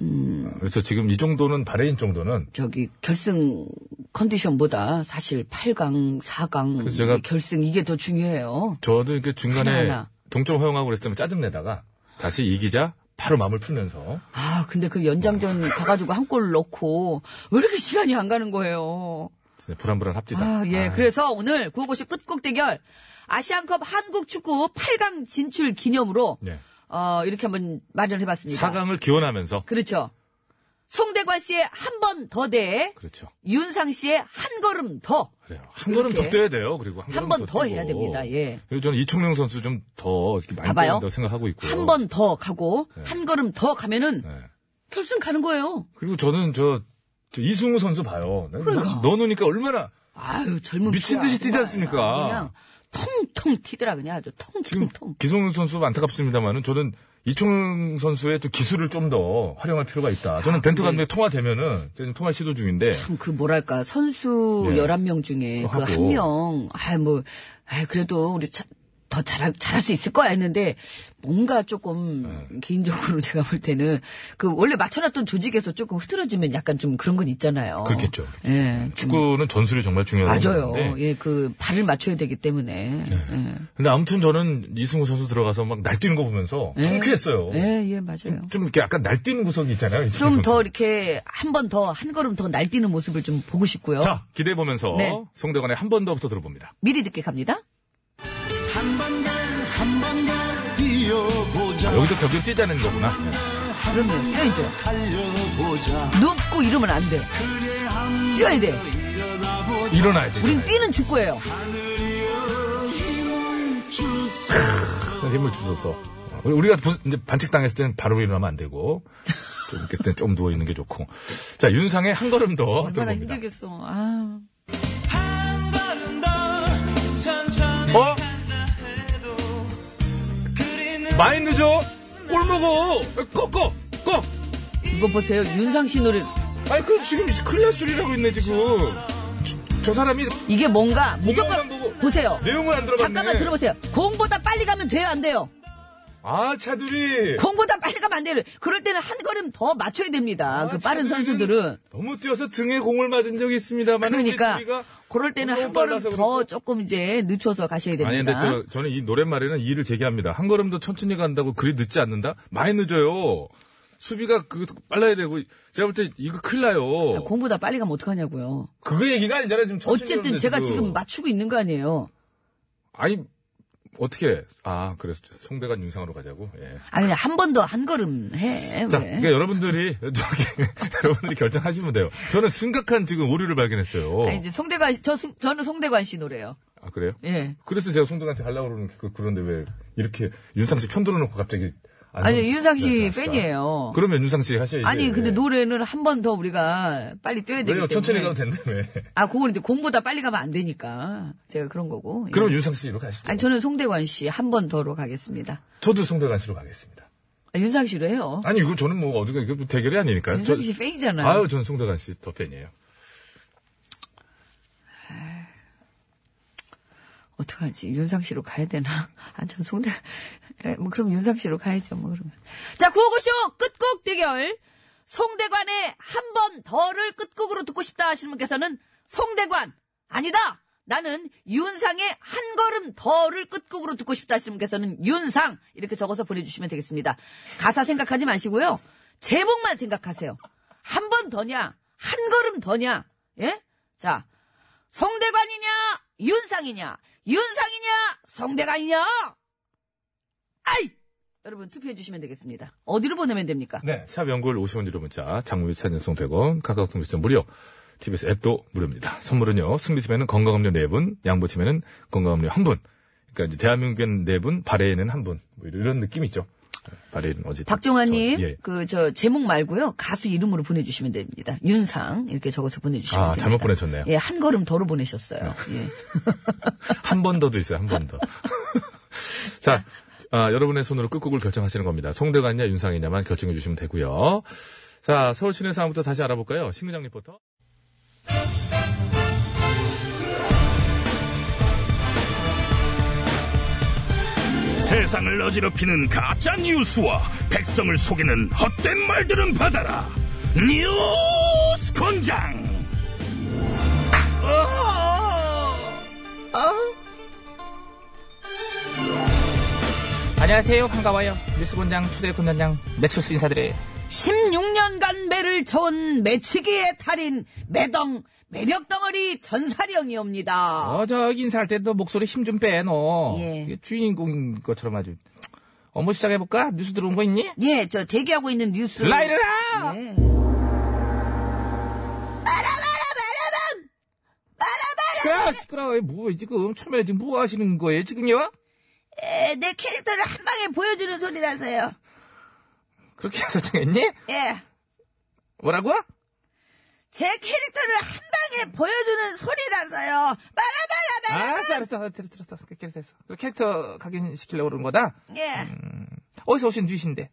음.
어, 그래서 지금 이 정도는 바레인 정도는
저기 결승 컨디션보다 사실 8강, 4강
그래서 제가-
결승 이게 더 중요해요.
저도 이렇게 중간에
하나하나.
동점 허용하고 그랬을 때 짜증내다가 다시 이기자 바로 마음을 풀면서
아, 근데 그
어.
연장전 가가지고 한 골 넣고 왜 이렇게 시간이 안 가는 거예요?
진짜 불안불안 합디다.
아, 예. 그래서 오늘 구호고시 끝곡 대결 아시안컵 한국 축구 8강 진출 기념으로
네.
어, 이렇게 한번 마련해봤습니다.
4강을 기원하면서
그렇죠. 송대관 씨의 한 번 더 대에
그렇죠.
윤상 씨의 한 걸음 더.
그래요. 한 걸음 더
이렇게.
떼야 돼요. 그리고 한 걸음
한 번 더
뛰고.
해야 됩니다. 예.
그리고 저는 이청용 선수 좀 더 많이
봐봐요.
뛰는다고 생각하고 있고요.
한 번 더 가고 한 걸음 더 가면은
네.
결승 가는 거예요.
그리고 저는 저, 저 이승우 선수 봐요.
그러니까.
넣어놓으니까 얼마나
아유 젊은
미친
피가
듯이 뛰지 않습니까?
그냥 통통 튀더라 그냥 아주
지금
통통통.
기성용 선수 안타깝습니다만은 저는 이청용 선수의 또 기술을 좀 더 활용할 필요가 있다. 저는 벤투
근데-
감독이 통화되면은 지금 통화 시도 중인데
참 그 뭐랄까 선수
예.
11명 중에
하고.
그 한 명, 아, 뭐, 아, 그래도 우리 차- 더 잘할, 잘할 수 있을 거야 했는데 뭔가 조금
예.
개인적으로 제가 볼 때는 그 원래 맞춰놨던 조직에서 조금 흐트러지면 약간 좀 그런 건 있잖아요.
그렇겠죠. 네.
예. 좀
축구는 전술이 정말 중요한
맞아요.
건데.
예, 그 발을 맞춰야 되기 때문에.
네.
예.
근데 아무튼 저는 이승우 선수 들어가서 막 날뛰는 거 보면서
예.
통쾌했어요.
예, 예, 맞아요.
좀 이렇게 약간 날뛰는 구석이 있잖아요. 이승우
좀
선수.
더 이렇게 한 번 더, 한 걸음 더 날뛰는 모습을 좀 보고 싶고요.
자, 기대해 보면서
네.
송대관의 한 번 더부터 들어봅니다.
미리 듣게 갑니다.
아,
뛰어보자
여기도 결국 뛰자는 거구나.
그러면 뛰어야죠.
달려보자
눕고 이러면 안 돼.
그래 한
뛰어야 돼.
네. 일어나야 돼.
우린 뛰는 축구예요.
힘을 주셔서. 어, 우리가 부- 이제 반칙당했을 때는 바로 일어나면 안 되고, 좀, 이렇게 때는 좀 누워있는 게 좋고. 자, 윤상의 한 걸음 더
얼마나
들어봅니다.
힘들겠어. 아.
어? 많이 늦어? 꼴 먹어! 꺼, 꺼! 꺼!
이거 보세요. 윤상 씨 노래.
아니, 그 지금 큰일 날 소리라고 있네, 지금. 저, 저 사람이
이게 뭔가 무조건
몸만 보고
보세요.
내용을 안 들어봤네.
잠깐만 들어보세요. 공보다 빨리 가면 돼요, 안 돼요?
아, 차두리.
공보다 빨리 가면 안 돼요. 그럴 때는 한 걸음 더 맞춰야 됩니다.
아,
그
차두리는
빠른 선수들은.
너무 뛰어서 등에 공을 맞은 적이 있습니다만.
그러니까 그럴 때는 한 걸음 더 조금 이제 늦춰서 가셔야 됩니다.
아니 근데 저, 저는 이 노랫말에는 이의를 제기합니다. 한 걸음 더 천천히 간다고 그리 늦지 않는다? 많이 늦어요. 수비가 그 빨라야 되고 제가 볼 때 이거 큰일 나요.
아, 공보다 빨리 가면 어떡하냐고요.
그거 얘기가 아니잖아요. 지금 천천히
어쨌든
가는데
제가 지금 맞추고 있는 거 아니에요.
아니 어떻게 해? 아 그래서 송대관 윤상으로 가자고. 예.
아, 그냥 한 번 더 한 걸음 해.
자,
왜?
그러니까 여러분들이 저기 여러분들이 결정하시면 돼요. 저는 심각한 지금 오류를 발견했어요.
아니, 이제 송대관 씨, 저, 송- 저는 송대관 씨 노래요.
아 그래요?
예.
그래서 제가 송대관한테 하려고 그러는 그, 그런데 왜 이렇게 윤상 씨 편들어 놓고 갑자기 안
아니,
하는-
윤상 씨
그러니까.
팬이에요.
그러면 윤상 씨 하셔야지.
아니, 근데 노래는 한 번 더 우리가 빨리 뛰어야 되기
왜요?
때문에.
천천히 가도 된다며.
아, 그건 이제 공보다 빨리 가면 안 되니까. 제가 그런 거고. 예.
그럼 윤상 씨로 가시죠.
아니, 저는 송대관 씨 한 번 더로 가겠습니다.
저도 송대관 씨로 가겠습니다.
아, 윤상 씨로 해요.
아니, 이거 저는 뭐 어디가 이거 대결이 아니니까요.
윤상
저-
씨 팬이잖아요.
아유, 저는 송대관 씨 더 팬이에요.
어떡하지? 윤상 씨로 가야 되나? 아, 전 송대, 예, 뭐, 그럼 윤상 씨로 가야죠, 뭐, 그러면. 자, 구호고쇼 끝곡 대결. 송대관의 한 번 더를 끝곡으로 듣고 싶다 하시는 분께서는 송대관, 아니다! 나는 윤상의 한 걸음 더를 끝곡으로 듣고 싶다 하시는 분께서는 윤상! 이렇게 적어서 보내주시면 되겠습니다. 가사 생각하지 마시고요. 제목만 생각하세요. 한 번 더냐? 한 걸음 더냐? 예? 자, 송대관이냐 윤상이냐 윤상이냐 송대관이냐 아이 여러분 투표해 주시면 되겠습니다 어디로 보내면 됩니까
네. 샵 연골 50원 유료 문자, 장무비 사진송 100원, 카카오톡 미션 무료. TBS 앱도 무료입니다. 선물은요, 승리팀에는 건강음료 4분, 양보팀에는 건강음료 1분. 그러니까 이제 대한민국엔 4분, 발해에는 1분. 뭐 이런 느낌이죠. 발해는 어제.
박정환님
저- 예.
그 저 제목 말고요 가수 이름으로 보내주시면 됩니다 윤상 이렇게 적어서 보내주시면
아,
됩니다
잘못 보내셨네요. 네.
예한 걸음 더로 보내셨어요 예.
한 번 더도 있어요, 한 번 더. 자, 아, 여러분의 손으로 끝곡을 결정하시는 겁니다. 송대관이냐, 윤상이냐만 결정해 주시면 되고요. 자, 서울 시내 상황부터 다시 알아볼까요? 신근장 리포터.
세상을 어지럽히는 가짜 뉴스와 백성을 속이는 헛된 말들은 받아라. 뉴스 권장.
어? 안녕하세요. 반가워요. 뉴스본장 초대본단장 매출수 인사드려요.
16년간 매를 저은 매치기의 달인 매덩 매력덩어리 전사령이옵니다
어, 저기 인사할 때도 목소리 힘 좀 빼너.
예.
이게 주인공인 것처럼 아주. 업무 시작해볼까? 뉴스 들어온 거 있니? 네.
예 저 대기하고 있는 뉴스
라이르라!
예.
아, 시끄러워. 뭐, 지금, 초면에 지금 뭐 하시는 거예요, 지금요?
예, 내 캐릭터를 한 방에 보여주는 소리라서요.
그렇게 설정했니?
예.
뭐라고?
제 캐릭터를 한 방에 보여주는 소리라서요. 말아봐라,
알았어, 알았어. 들었어, 들었어. 그렇게 됐어. 캐릭터 각인시키려고 그러는 거다?
예.
어디서 오신 뉴신데?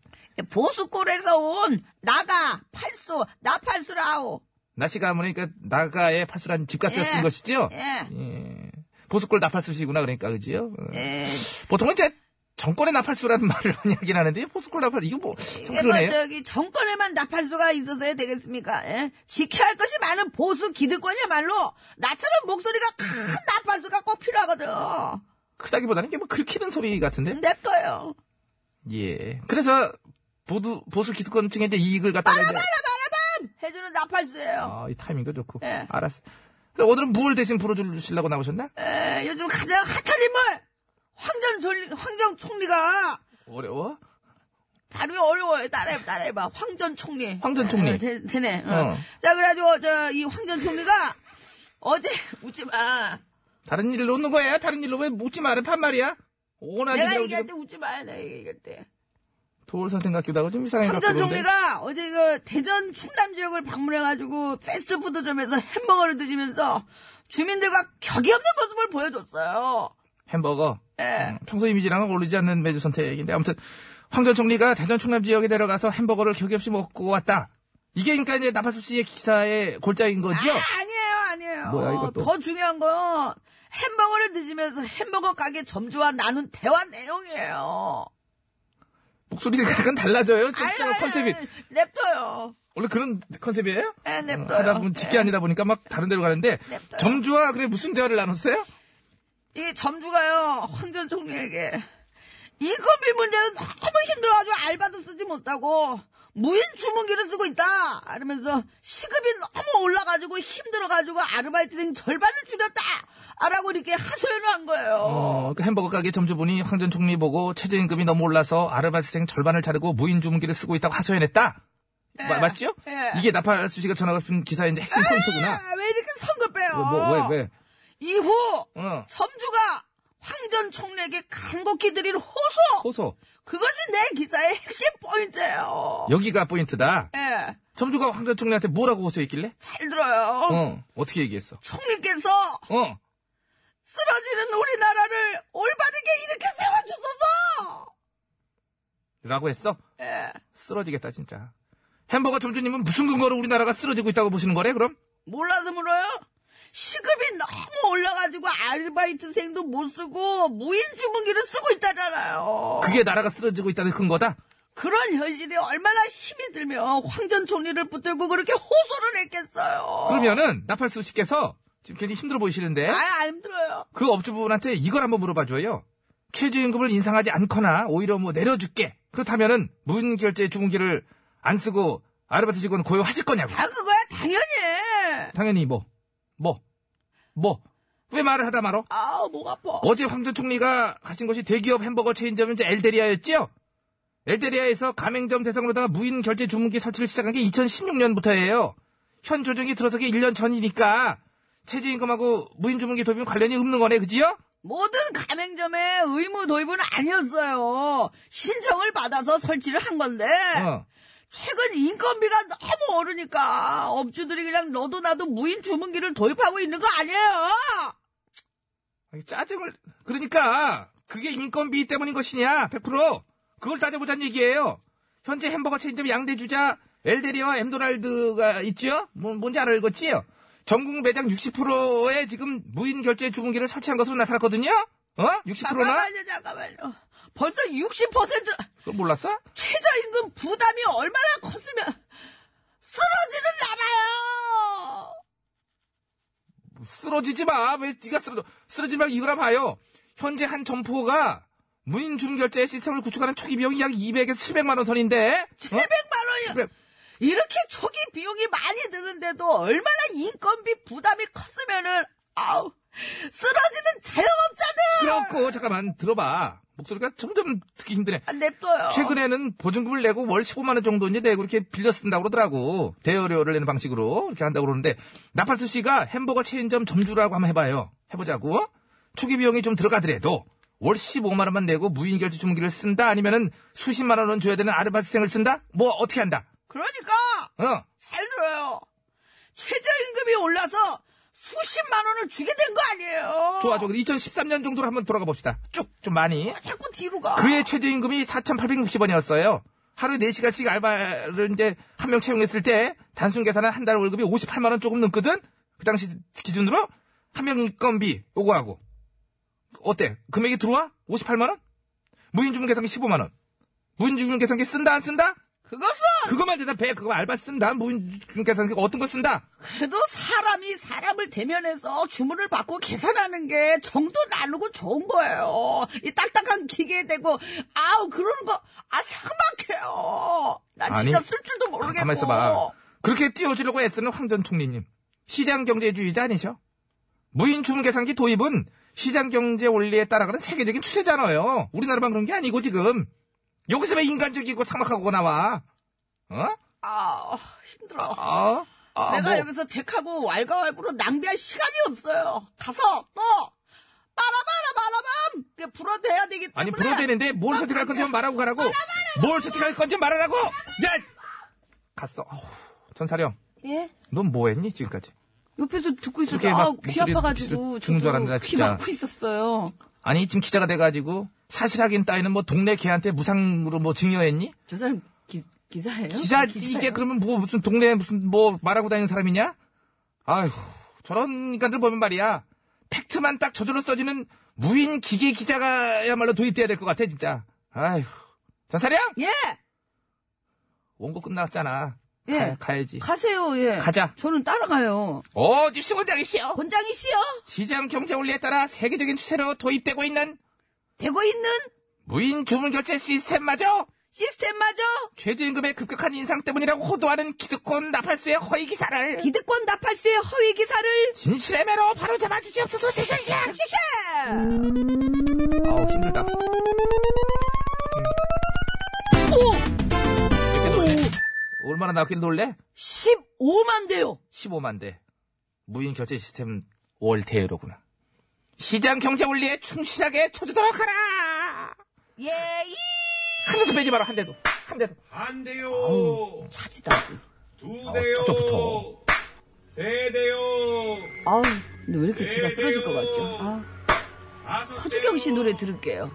보수골에서 온 나가 팔수 나팔수라오.
나시가 뭐니까 나가의 팔수란 집 같아
예.
쓴 것이죠?
예.
예. 보수골 나팔수시구나 그러니까 그지요? 어.
예.
보통은 이제 정권의 나팔수라는 말을 많이 하긴 하는데 보수골 나팔수 이거 뭐참
이게 뭐
그러네요.
저기 정권에만 나팔수가 있어서야 되겠습니까? 예? 지켜야 할 것이 많은 보수 기득권이야말로 나처럼 목소리가 큰 나팔수가 꼭 필요하거든.
크다기보다는 이게 뭐 긁히는 소리 같은데.
냅둬요.
예. 그래서 보수 보수 기득권층의 이제 이익을 갖다가 이제
해주는 나팔수예요.
아, 이 타이밍도 좋고.
어. 예.
알았어. 그럼 오늘은 무얼 대신 불어주시려고 나오셨나?
예, 요즘 가장 핫한 인물 황전 졸리, 황전 총리가
어려워?
발음이 어려워요. 따라해봐, 따라해봐. 황전 총리.
황전 총리.
어, 되, 되네. 어.
어.
자, 그래가지고, 저, 이 황전 총리가 어제, 웃지
아,
마.
다른 일을 놓는 거야? 다른 일로 왜 묻지 말아? 판말이야? 오나
내가
지금
얘기할 때 웃지 마. 내가 얘기할 때.
돌 선생 같기도 하고 좀 이상해
황전
갖고 그런데.
총리가 어제 그 대전 충남 지역을 방문해가지고 패스트푸드점에서 햄버거를 드시면서 주민들과 격이 없는 모습을 보여줬어요.
햄버거.
예.
평소 이미지랑은 어울리지 않는 매주 선택인데 아무튼 황 전 총리가 대전 충남 지역에 내려가서 햄버거를 격이 없이 먹고 왔다. 이게 그러니까 이제 나파수 씨의 기사의 골자인 거죠?
아, 아니에요, 아니에요.
뭐야, 이것도?
더 중요한 건 햄버거를 드시면서 햄버거 가게 점주와 나눈 대화 내용이에요.
목소리가 약간 달라져요. 지금
아유, 아유,
컨셉이
아유, 냅둬요.
원래 그런 컨셉이에요?
예, 냅둬요.
음, 하다 보면 직계 아니다 보니까 막 다른 데로 가는데
냅둬요.
점주와 그래 무슨 대화를 나눴어요?
이 점주가요, 황전 총리에게. 인건비 문제는 너무 힘들어가지고 알바도 쓰지 못하고, 무인 주문기를 쓰고 있다! 이러면서, 시급이 너무 올라가지고 힘들어가지고 아르바이트생 절반을 줄였다! 라고 이렇게 하소연을 한 거예요.
어, 그 햄버거 가게 점주분이 황 전 총리 보고 최저임금이 너무 올라서 아르바이트생 절반을 자르고 무인 주문기를 쓰고 있다고 하소연했다. 마- 맞지요?
예.
이게 나팔수 씨가 전화가 준 기사의 이제 핵심 포인트구나.
아, 왜 이렇게 성을 빼요?
뭐, 뭐, 왜, 왜?
이후,
어.
점주가 황전 총리에게 간곡히 드린 호소!
호소.
그것이 내 기사의 핵심 포인트예요.
여기가 포인트다.
예,
점주가 황 전 총리한테 뭐라고 호소했길래?
잘 들어요.
어, 어떻게 얘기했어?
총리께서
어,
쓰러지는 우리나라를 올바르게 일으켜 세워주소서!
라고 했어?
예.
쓰러지겠다, 진짜. 햄버거 점주님은 무슨 근거로 우리나라가 쓰러지고 있다고 보시는 거래, 그럼?
몰라서 물어요? 시급이 너무 올라가지고 아르바이트생도 못 쓰고 무인 주문기를 쓰고 있다잖아요.
그게 나라가 쓰러지고 있다는 근거다?
그런 현실이 얼마나 힘이 들면 황전 총리를 붙들고 그렇게 호소를 했겠어요.
그러면은, 나팔수 씨께서 지금 괜히 힘들어 보이시는데,
아, 안 힘들어요.
그 업주분한테 이걸 한번 물어봐 줘요. 최저임금을 인상하지 않거나 오히려 뭐 내려줄게. 그렇다면은 무인결제 주문기를 안 쓰고 아르바이트 직원 고용하실 거냐고.
아, 그거야, 당연히.
당연히 뭐, 뭐, 뭐. 왜 말을 하다 말어?
아우, 목 아파.
어제 황 전 총리가 가신 곳이 대기업 햄버거 체인점인 이제 엘데리아였지요? 엘데리아에서 가맹점 대상으로다가 무인 결제 주문기 설치를 시작한 게 2016년부터예요. 현 조정이 들어서기 1년 전이니까 최저임금하고 무인 주문기 도입은 관련이 없는 거네, 그지요?
모든 가맹점의 의무 도입은 아니었어요. 신청을 받아서 설치를 한 건데
어.
최근 인건비가 너무 오르니까 업주들이 그냥 너도 나도 무인 주문기를 도입하고 있는 거 아니에요?
아니, 짜증을 그러니까 그게 인건비 때문인 것이냐 100% 그걸 따져보자는 얘기예요 현재 햄버거 체인점 양대주자 엘데리와 엠도날드가 있죠 뭐, 뭔- 뭔지 알겠지요 전국 매장 60%에 지금 무인 결제 주문기를 설치한 것으로 나타났거든요 어? 60%나?
잠깐만요, 잠깐만요. 벌써 60%
그걸 몰랐어?
최저임금 부담이 얼마나 컸으면 쓰러지는
어?
나라요.
쓰러지지 마. 왜 네가 쓰러져? 쓰러지지 말고 이거나 봐요. 현재 한 점포가 무인 주문결제 시스템을 구축하는 초기 비용이 약 200에서 700만 원 선인데 어?
700만 원이요.
그래.
이렇게 초기 비용이 많이 드는데도 얼마나 인건비 부담이 컸으면은 아우, 쓰러지는 자영업자들!
그렇고 잠깐만 들어봐. 목소리가 점점 듣기 힘드네.
아, 냅둬요.
최근에는 보증금을 내고 월 15만 원 정도 이제 내고 이렇게 빌려 쓴다고 그러더라고. 대여료를 내는 방식으로 이렇게 한다고 그러는데 나파수 씨가 햄버거 체인점 점주라고 한번 해봐요. 해보자고. 초기 비용이 좀 들어가더라도 월 15만 원만 내고 무인결제 주문기를 쓴다 아니면은 수십만 원은 줘야 되는 아르바이트생을 쓴다? 뭐 어떻게 한다?
그러니까,
어.
잘 들어요. 최저임금이 올라서 수십만 원을 주게 된 거 아니에요?
좋아, 좋아. 2013년 정도로 한번 돌아가 봅시다. 쭉 좀 많이.
자꾸 뒤로 가.
그의 최저임금이 4,860원이었어요. 하루 4시간씩 알바를 이제 한 명 채용했을 때 단순 계산한 한 달 월급이 58만 원 조금 넘거든. 그 당시 기준으로 한 명 인건비 요거하고 어때? 금액이 들어와? 58만 원? 무인 주문 계산기 15만 원. 무인 주문 계산기 쓴다 안 쓴다?
그것은
그것만 대답해. 그거 알바 쓴다. 무인 주문 계산기 어떤 거 쓴다?
그래도 사람이 사람을 대면해서 주문을 받고 계산하는 게 정도 나누고 좋은 거예요. 이 딱딱한 기계에 대고 아우 그러는 거 아 상막해요. 나 진짜
아니,
쓸 줄도 모르겠고.
가만
뭐.
있어봐. 그렇게 띄워주려고 애쓰는 황 전 총리님. 시장 경제주의자 아니셔? 무인 주문 계산기 도입은 시장 경제 원리에 따라가는 세계적인 추세잖아요. 우리나라만 그런 게 아니고 지금. 여기서 왜 인간적이고 상막하고 나와? 어?
아 힘들어.
어? 아,
내가
뭐.
여기서 택하고 왈가왈부로 낭비할 시간이 없어요. 가서 또 빠라바라바라밤 그 불어대야 되기 때문에
아니 불어대는데 뭘 선택할 건지 말하고 가라고. 뭘 선택할 건지 말하라고. 야! 갔어. 아우, 전사령.
예?
넌 뭐했니 지금까지?
옆에서 듣고 있었죠.
그렇게 막
아, 귀
목소리
아파가지고
듣는 줄
저도
알았는데 나
귀
진짜.
막고 있었어요.
아니 지금 기자가 돼가지고 사실 확인 따위는 뭐 동네 개한테 무상으로 뭐 증여했니?
저 사람 기, 기사예요? 아,
기자
기자예요?
이게 그러면 뭐 무슨 동네 무슨 뭐 말하고 다니는 사람이냐? 아휴 저런 인간들 보면 말이야 팩트만 딱 저절로 써지는 무인 기계 기자가야말로 도입돼야 될 것 같아 진짜. 아휴 전사령
예
원고 끝났잖아.
예.
가, 가야지.
가세요 예
가자.
저는 따라가요
어 뉴스 권장이시여.
권장이 씨요
시장 경제 원리에 따라 세계적인 추세로 도입되고 있는
되고 있는
무인 주문 결제 시스템마저
시스템마저
최저임금의 급격한 인상 때문이라고 호도하는 기득권 나팔수의 허위 기사를
기득권 나팔수의 허위 기사를
진실의 매로 바로 잡아주시옵소서 샤샤샤.
씩씩
아우 힘들다. 얼마나 나왔길 놀래?
15만 대요
15만 대. 무인 결제 시스템 월 대여로구나. 시장 경제 원리에 충실하게 쳐주도록 하라.
예이
한 대도 빼지 마라 한 대도 한 대도.
한 대요.
차지다
두
아우,
대요.
쪽쪽부터.
세 대요.
아우 근데 왜 이렇게 제가 쓰러질 것
예,
같죠 아,
다섯
서주경 씨 노래 들을게요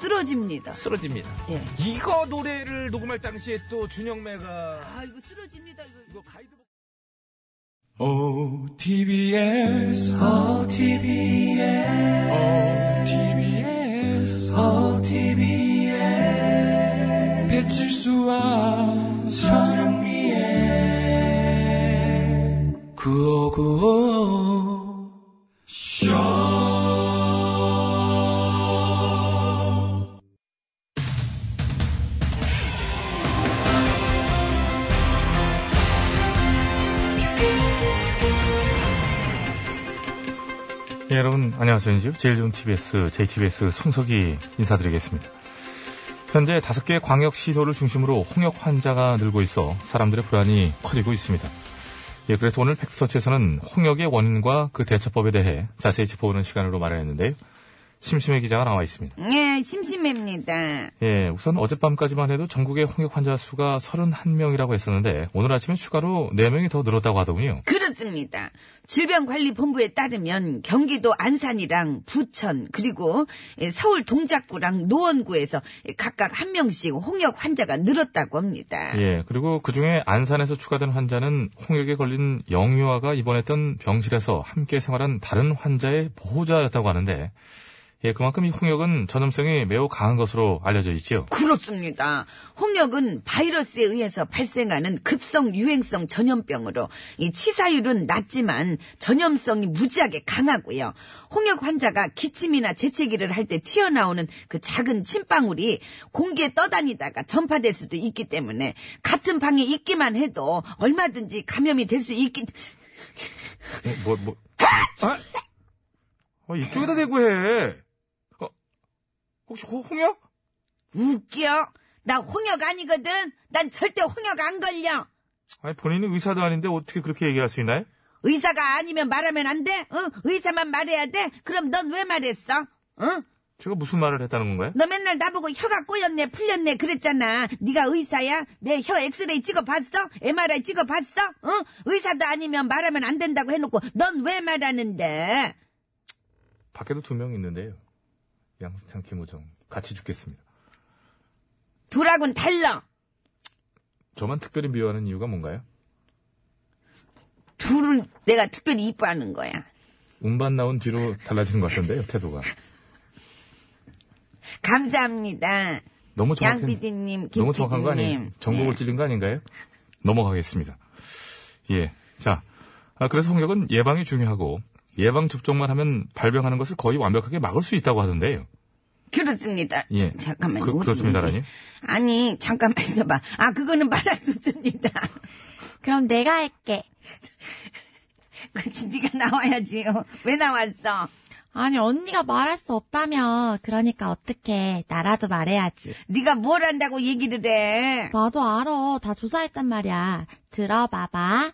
쓰러집니다
쓰러집니다.
예.
이거 노래를 녹음할 당시에 또 준영매가
아 이거 쓰러집니다 이거
이거 가이드.
OTBS, OTBS, OTBS, OTBS, 배칠수와 전영미의 구호구호
예, 여러분 안녕하세요. 제일 좋은 TBS, JTBS 손석희 인사드리겠습니다. 현재 다섯 개의 광역 시도를 중심으로 홍역 환자가 늘고 있어 사람들의 불안이 커지고 있습니다. 예, 그래서 오늘 팩스터치에서는 홍역의 원인과 그 대처법에 대해 자세히 짚어보는 시간으로 마련했는데요. 심심해 기자가 나와 있습니다.
예 심심합니다
예, 우선 어젯밤까지만 해도 전국의 홍역 환자 수가 31명이라고 했었는데 오늘 아침에 추가로 4명이 더 늘었다고 하더군요.
그렇습니다. 질병관리본부에 따르면 경기도 안산이랑 부천 그리고 서울 동작구랑 노원구에서 각각 한 명씩 홍역 환자가 늘었다고 합니다.
예, 그리고 그중에 안산에서 추가된 환자는 홍역에 걸린 영유아가 입원했던 병실에서 함께 생활한 다른 환자의 보호자였다고 하는데 예, 그만큼 이 홍역은 전염성이 매우 강한 것으로 알려져 있지요.
그렇습니다. 홍역은 바이러스에 의해서 발생하는 급성 유행성 전염병으로 이 치사율은 낮지만 전염성이 무지하게 강하고요. 홍역 환자가 기침이나 재채기를 할 때 튀어나오는 그 작은 침방울이 공기에 떠다니다가 전파될 수도 있기 때문에 같은 방에 있기만 해도 얼마든지 감염이 될 수 있기
어, 뭐, 뭐, 아, 아, 이쪽에다 대고 해. 어, 혹시 호, 홍역?
웃겨. 나 홍역 아니거든. 난 절대 홍역 안 걸려.
아니, 본인이 의사도 아닌데 어떻게 그렇게 얘기할 수 있나요?
의사가 아니면 말하면 안 돼? 응? 의사만 말해야 돼? 그럼 넌 왜 말했어? 응?
제가 무슨 말을 했다는 건가요?
너 맨날 나보고 혀가 꼬였네, 풀렸네 그랬잖아. 네가 의사야? 내 혀 엑스레이 찍어봤어? MRI 찍어봤어? 응? 의사도 아니면 말하면 안 된다고 해놓고 넌 왜 말하는데?
밖에도 두 명 있는데요. 양승찬, 김호정. 같이 죽겠습니다.
둘하고는 달라.
저만 특별히 미워하는 이유가 뭔가요?
둘을 내가 특별히 이뻐하는 거야.
운반 나온 뒤로 달라지는 것 같던데요, 태도가.
감사합니다.
너무 정확한,
양 PD님, 김
너무 정확한 거 아니에요?
PD님. 네.
전국을 찌른 거 아닌가요? 넘어가겠습니다. 예. 자. 아, 그래서 홍역은 예방이 중요하고, 예방 접종만 하면 발병하는 것을 거의 완벽하게 막을 수 있다고 하던데요.
그렇습니다.
예.
잠깐만요.
그-
어디
그렇습니다라니?
있는데. 아니, 잠깐만 있어봐. 아, 그거는 말할 수 없습니다.
그럼 내가 할게.
그치, 네가 나와야지요. 왜 나왔어?
아니, 언니가 말할 수 없다며. 그러니까 어떡해. 나라도 말해야지.
네가 뭘 한다고 얘기를 해.
나도 알아. 다 조사했단 말이야. 들어봐봐.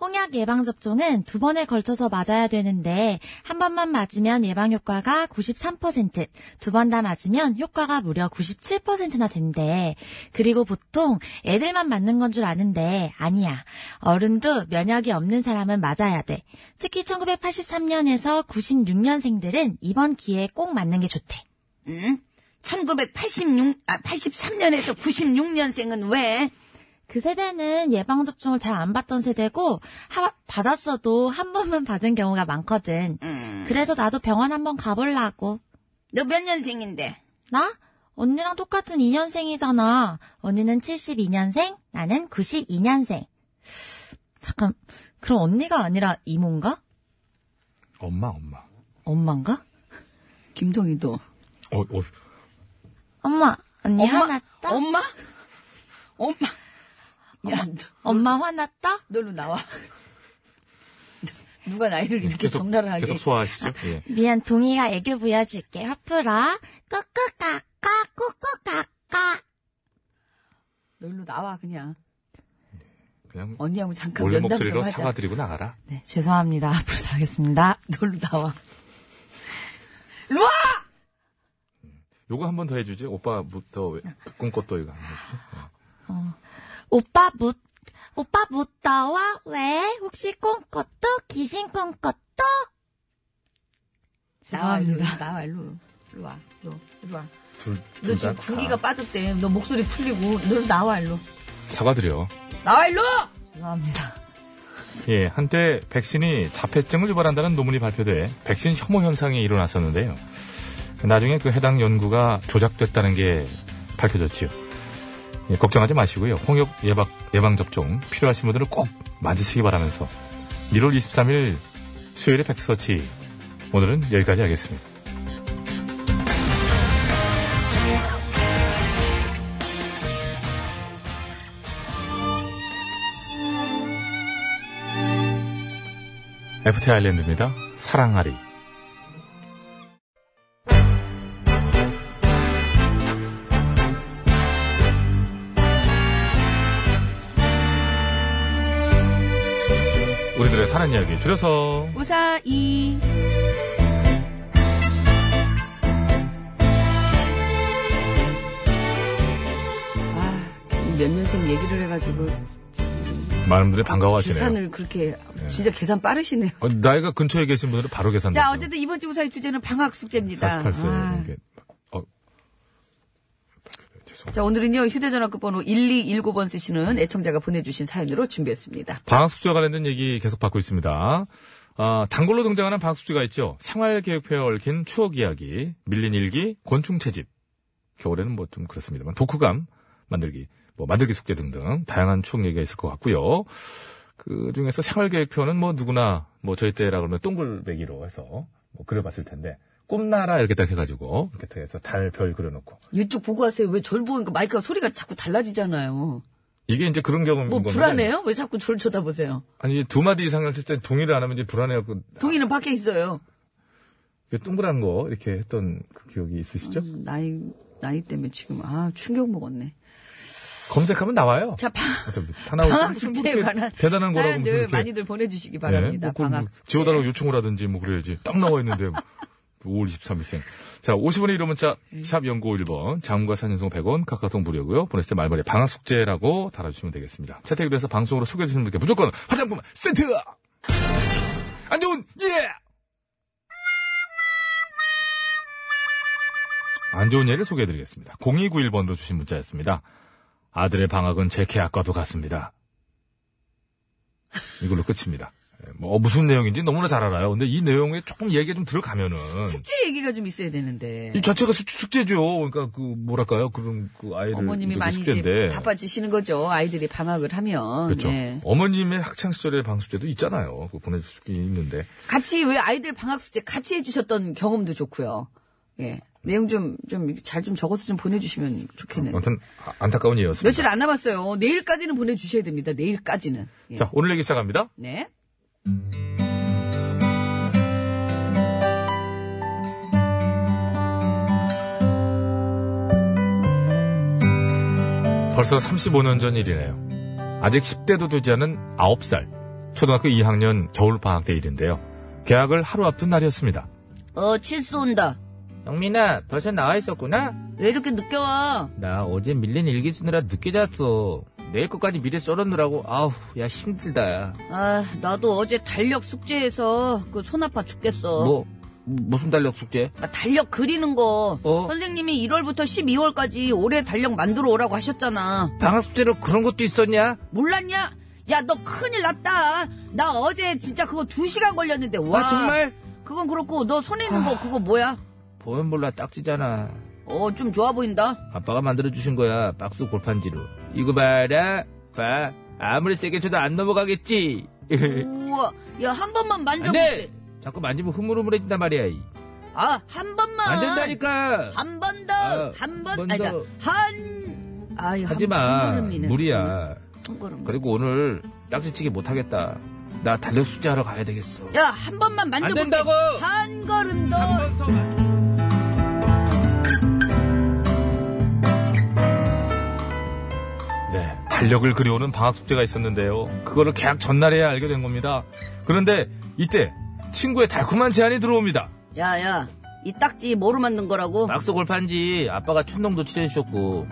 홍약 예방접종은 두 번에 걸쳐서 맞아야 되는데, 한 번만 맞으면 예방효과가 93%, 두 번 다 맞으면 효과가 무려 97%나 된대. 그리고 보통 애들만 맞는 건 줄 아는데, 아니야. 어른도 면역이 없는 사람은 맞아야 돼. 특히 1983년에서 96년생들은 이번 기회에 꼭 맞는 게 좋대.
응? 1986, 아, 83년에서 96년생은 왜?
그 세대는 예방접종을 잘 안 받던 세대고, 하- 받았어도 한 번만 받은 경우가 많거든.
음,
그래서 나도 병원 한번 가보려고.
너 몇 년생인데?
나? 언니랑 똑같은 2년생이잖아. 언니는 72년생, 나는 92년생. 잠깐, 그럼 언니가 아니라 이모인가?
엄마, 엄마.
엄마인가?
김동희도.
어, 어,
엄마, 언니
엄마?
화났다?
엄마? 엄마? 야, 너,
엄마 화났다?
놀로 나와. 누가 나이를 이렇게
예, 계속,
적나라하게. 아.
계속 소화하시죠? 예.
미안, 동희가 애교 보여줄게. 화풀어. 끄끄까까, 꾸꾸까까.
놀로 나와, 그냥.
그냥
언니하고 잠깐
원래
어, 그러니까 면담
목소리로
좀 하자.
사과드리고 나가라.
네, 죄송합니다. 앞으로 잘하겠습니다.
놀로 나와. 루아!
요거 한 번 더 해주지? 오빠부터 왜- 꿈꿨다 이거 한번 해주지? 예.
오빠 못, 오빠 못 더워? 왜? 혹시 꿈꿨도? 귀신 꿈꿨도?
나와, 일로.
죄송합니다.
나와, 일로. 일로 와. 너, 일로 와.
둘,
너
둘
지금
다 아.
군기가
다
빠졌대. 너 목소리 풀리고. 너 나와, 일로.
사과드려.
나와, 일로!
죄송합니다.
예, 한때 백신이 자폐증을 유발한다는 논문이 발표돼 백신 혐오 현상이 일어났었는데요. 나중에 그 해당 연구가 조작됐다는 게 밝혀졌지요. 예, 걱정하지 마시고요. 홍역 예방, 예방접종 필요하신 분들은 꼭 맞으시기 바라면서 1월 23일 수요일에 백서치 오늘은 여기까지 하겠습니다. FT 아일랜드입니다. 사랑하리. 우리들의 사는 이야기 줄여서
우사이. 아, 몇 년생 얘기를 해가지고.
많은 분들이 반가워하시네요.
계산을 그렇게. 진짜 계산 빠르시네요.
어, 나이가 근처에 계신 분들은 바로 계산.
자, 어쨌든 이번 주 우사의 주제는 방학 숙제입니다.
48세.
아.
이게, 어. 죄송합니다.
자, 오늘은요, 휴대전화 끝번호 1219번 쓰시는 애청자가 보내주신 사연으로 준비했습니다.
방학숙제와 관련된 얘기 계속 받고 있습니다. 아, 단골로 등장하는 방학숙제가 있죠. 생활계획표에 얽힌 추억 이야기, 밀린 일기, 곤충 채집. 겨울에는 뭐 좀 그렇습니다만, 독후감 만들기, 뭐 만들기 숙제 등등 다양한 추억 얘기가 있을 것 같고요. 그 중에서 생활계획표는 뭐 누구나 뭐 저희 때라 그러면 동글배기로 해서 뭐 그려봤을 텐데 꿈나라 이렇게 딱 해가지고 이렇게 딱 해서 달 별 그려놓고
그러니까 이쪽 보고 하세요. 왜 절 보니까 마이크가 소리가 자꾸 달라지잖아요.
이게 이제 그런 경험인
뭐
건데.
불안해요? 왜 자꾸 저를 쳐다보세요?
아니 두 마디 이상을 했을 때 동의를 안 하면 이제 불안해갖고
동의는 밖에 있어요.
이게 동그란 거 이렇게 했던 그 기억이 있으시죠?
음, 나이 나이 때문에 지금 아 충격 먹었네.
검색하면 나와요.
자, 방,
어차피 다 나오고
방학
무슨
숙제에
그렇게
관한
대단한 거라고 무슨
사연들
이렇게.
아, 많이들 보내주시기 바랍니다.
예, 뭐 그걸
방학
뭐
숙제.
지워달라고 요청을 하든지 뭐 그래야지. 딱 나와 있는데 뭐 5월 23일생. 자, 50원의 1호 문자
네.
샵 0951번 장과 산연송 100원 카카오톡 무료고요. 보냈을 때 말머리에 방학 숙제라고 달아주시면 되겠습니다. 채택이 돼서 방송으로 소개해 주시는 분께 무조건 화장품 세트! 안 좋은 예! 안 좋은 예를 소개해 드리겠습니다. 0291번으로 주신 문자였습니다. 아들의 방학은 제 계약과도 같습니다. 이걸로 끝입니다. 예, 뭐 무슨 내용인지 너무나 잘 알아요. 근데 이 내용에 조금 얘기가 좀 들어가면은
숙제 얘기가 좀 있어야 되는데.
이 자체가 숙- 숙제죠. 그러니까 그 뭐랄까요? 그런 그 아이를
어머님이
이렇게
많이
숙제인데.
이제 바빠지시는 거죠. 아이들이 방학을 하면.
그렇죠.
예.
어머님의 학창 시절의 방숙제도 있잖아요. 그 보내줄 게 있는데
같이 왜 아이들 방학 숙제 같이 해주셨던 경험도 좋고요. 예. 내용 좀 좀 잘 좀 적어서 좀 보내주시면 좋겠네요.
아무튼 아- 안타까운 예였습니다.
며칠 안 남았어요. 내일까지는 보내주셔야 됩니다. 내일까지는. 예.
자 오늘 얘기 시작합니다.
네.
벌써 35년 전 일이네요. 아직 10대도 되지 않은 9살. 초등학교 2학년 겨울 방학 때 일인데요. 계약을 하루 앞둔 날이었습니다.
어, 칠수 온다.
영민아, 벌써 나와 있었구나?
왜 이렇게 늦게 와?
나 어제 밀린 일기 쓰느라 늦게 잤어. 내일 것까지 미리 썰어놓으라고. 아우, 야, 힘들다, 야.
아, 나도 어제 달력 숙제에서 그 손 아파 죽겠어.
뭐, 무슨 달력 숙제?
아, 달력 그리는 거.
어?
선생님이 1월부터 12월까지 올해 달력 만들어 오라고 하셨잖아.
방학 숙제로 그런 것도 있었냐? 아,
몰랐냐? 야, 너 큰일 났다. 나 어제 진짜 그거 2시간 걸렸는데, 와.
아, 정말? 아.
그건 그렇고, 너 손에 있는 거 그거 뭐야?
보면 몰라, 딱지잖아.
어, 좀 좋아 보인다.
아빠가 만들어주신 거야, 박스 골판지로. 이거 봐라, 봐. 아무리 세게 쳐도 안 넘어가겠지.
우와. 야, 한 번만
네. 안
만져볼게.
돼! 자꾸 만지면 흐물흐물해진단 말이야. 이.
아, 한 번만.
안 된다니까!
한 번 더,
아,
한 번,
번
아니,
더.
그러니까 한, 아, 이거
하지
한
마.
걸음이네.
무리야.
한 걸음.
그리고 오늘 딱지치기 못하겠다. 나 달력 숙제하러 가야 되겠어.
야, 뭐 한 번만 만져볼게.
안 된다고!
한 걸음 더.
네, 달력을 그리우는 방학 숙제가 있었는데요. 그거를 계약 전날에야 알게 된 겁니다. 그런데 이때 친구의 달콤한 제안이 들어옵니다.
야, 야, 이 딱지 뭐로 만든 거라고?
막스 골판지 아빠가 촌농도 칠해주셨고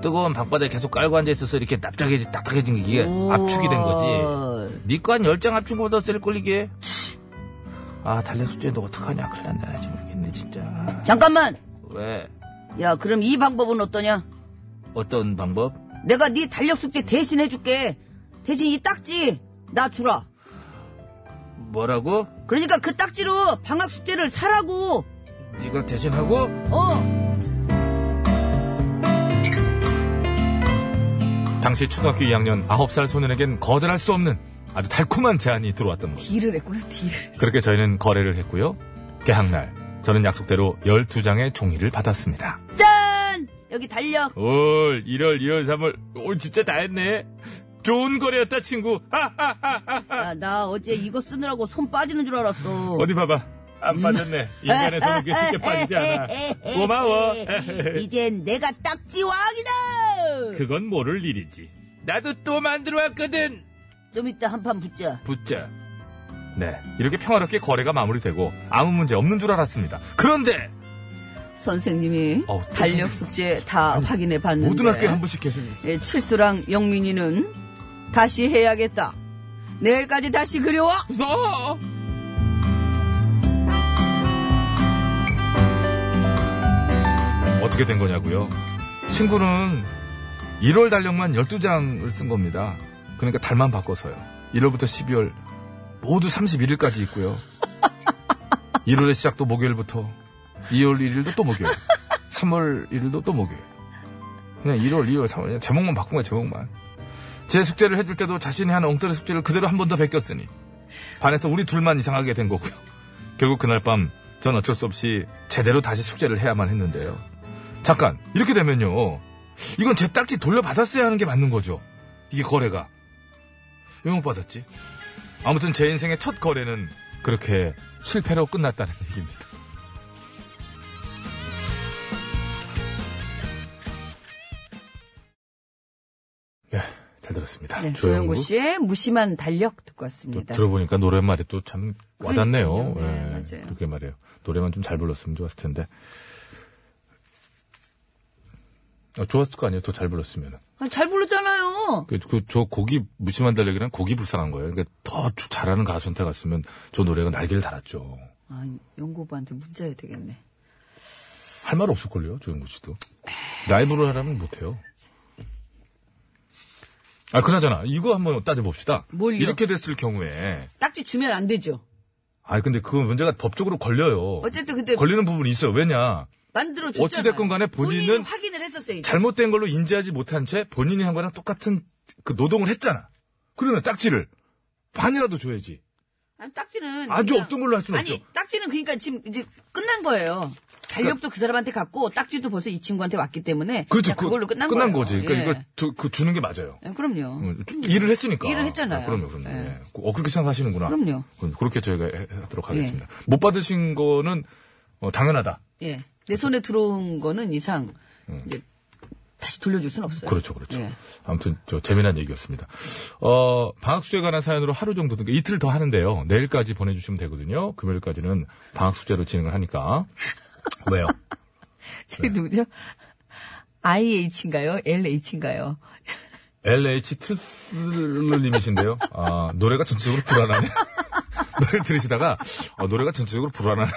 뜨거운 방바닥에 계속 깔고 앉아있어서 이렇게 납작해지 딱딱해진 게 이게 압축이 된 거지.
어,
니꺼 한 열 장 압축 보다 셀걸 이게. 아 달력 숙제 너 어떡하냐 큰일 난다 나 지금 모르겠네 진짜.
잠깐만.
왜?
야, 그럼 이 방법은 어떠냐?
어떤 방법?
내가 네 달력 숙제 대신 해줄게. 대신 이 딱지 나 주라.
뭐라고?
그러니까 그 딱지로 방학 숙제를 사라고.
네가 대신하고?
어.
당시 초등학교 2학년 9살 소년에겐 거절할 수 없는 아주 달콤한 제안이 들어왔던 거죠.
딜을 했구나, 딜을.
그렇게 저희는 거래를 했고요. 개학날 저는 약속대로 12장의 종이를 받았습니다.
짠! 여기 달력.
올 1월, 2월, 3월 올 진짜 다 했네. 좋은 거래였다 친구. 아, 하하하하.
야, 나 어제 이거 쓰느라고 손 빠지는 줄 알았어.
어디 봐봐. 안 빠졌네. 인간의 손은 그렇게 쉽게 빠지지 않아. 고마워.
이젠 내가 딱지 왕이다.
그건 모를 일이지.
나도 또 만들어 왔거든.
좀 이따 한 판 붙자.
붙자.
네. 이렇게 평화롭게 거래가 마무리되고 아무 문제 없는 줄 알았습니다. 그런데
선생님이
어, 또 선생님.
달력 숙제 다 확인해 봤는데
모든 학교에 한 분씩 계속
예, 칠수랑 영민이는 다시 해야겠다. 내일까지 다시 그려와.
무서워. 어떻게 된 거냐고요? 친구는 1월 달력만 12장을 쓴 겁니다. 그러니까 달만 바꿔서요. 1월부터 12월 모두 31일까지 있고요. 1월의 시작도 목요일부터 2월 1일도 또 목요일. 3월 1일도 또 목요일. 그냥 1월, 2월, 3월 그냥 제목만 바꾼 거야 제목만. 제 숙제를 해줄 때도 자신이 한 엉터리 숙제를 그대로 한 번 더 베꼈으니 반에서 우리 둘만 이상하게 된 거고요. 결국 그날 밤, 전 어쩔 수 없이 제대로 다시 숙제를 해야만 했는데요. 잠깐, 이렇게 되면요. 이건 제 딱지 돌려받았어야 하는 게 맞는 거죠. 이게 거래가. 왜 못 받았지? 아무튼 제 인생의 첫 거래는 그렇게 실패로 끝났다는 얘기입니다. 네, 잘 들었습니다.
네,
조영구.
조영구 씨의 무심한 달력 듣고 왔습니다.
들어보니까 노랫말이 또 참 와닿네요.
그러니까요. 네,
예,
맞아요.
그렇게 말해요. 노래만 좀 잘 불렀으면 좋았을 텐데. 아, 좋았을 거 아니에요. 더 잘 불렀으면.
아, 잘 부르잖아요.
그, 그, 저 곡이 무심한 달력이랑 곡이 불쌍한 거예요. 그러니까 더 주- 잘하는 가수한테 갔으면 저 노래가 날개를 달았죠.
아, 영고부한테 문자해야 되겠네.
할 말 없을걸요, 조영구 씨도. 라이브를 하라면 못해요. 아, 그나저나, 이거 한번 따져봅시다.
뭘요?
이렇게 됐을 경우에.
딱지 주면 안 되죠.
아, 근데 그 문제가 법적으로 걸려요.
어쨌든 근데
걸리는 부분이 있어요. 왜냐.
만들어 줬잖아요.
어찌됐건 간에 본인은
확인을 했었어요. 이제.
잘못된 걸로 인지하지 못한 채 본인이 한 거랑 똑같은 그 노동을 했잖아. 그러면 딱지를 반이라도 줘야지.
아니, 딱지는
아주
그냥-
없던 걸로 할 수는
아니,
없죠.
딱지는 그러니까 지금 이제 끝난 거예요. 달력도 그 사람한테 갔고 딱지도 벌써 이 친구한테 왔기 때문에
그러니까 그렇죠.
그냥 그걸로 끝난, 거예요.
거지. 그러니까
예.
이걸 두- 그 주는 게 맞아요.
예, 그럼요.
어, 좀 일을 했으니까.
일을 했잖아요.
아, 그럼요, 그럼요.
예.
예. 어, 그렇게 생각하시는구나.
그럼요.
그럼 그렇게 저희가 해- 하도록 하겠습니다. 못 받으신 거는 어, 당연하다.
예. 내 손에 들어온 거는 이상 이제 다시 돌려줄 순 없어요.
음. 그렇죠, 그렇죠.
예.
아무튼 저 재미난 얘기였습니다. 어, 방학수에 관한 사연으로 하루 정도, 그러니까 이틀 더 하는데요. 내일까지 보내주시면 되거든요. 금요일까지는 방학수제로 진행을 하니까. 왜요?
저기 누구죠? IH인가요? LH인가요?
LH 트슬러님이신데요. 아, 노래가 전체적으로 불안하네. 노래 들으시다가, 아, 노래가 전체적으로 불안하네.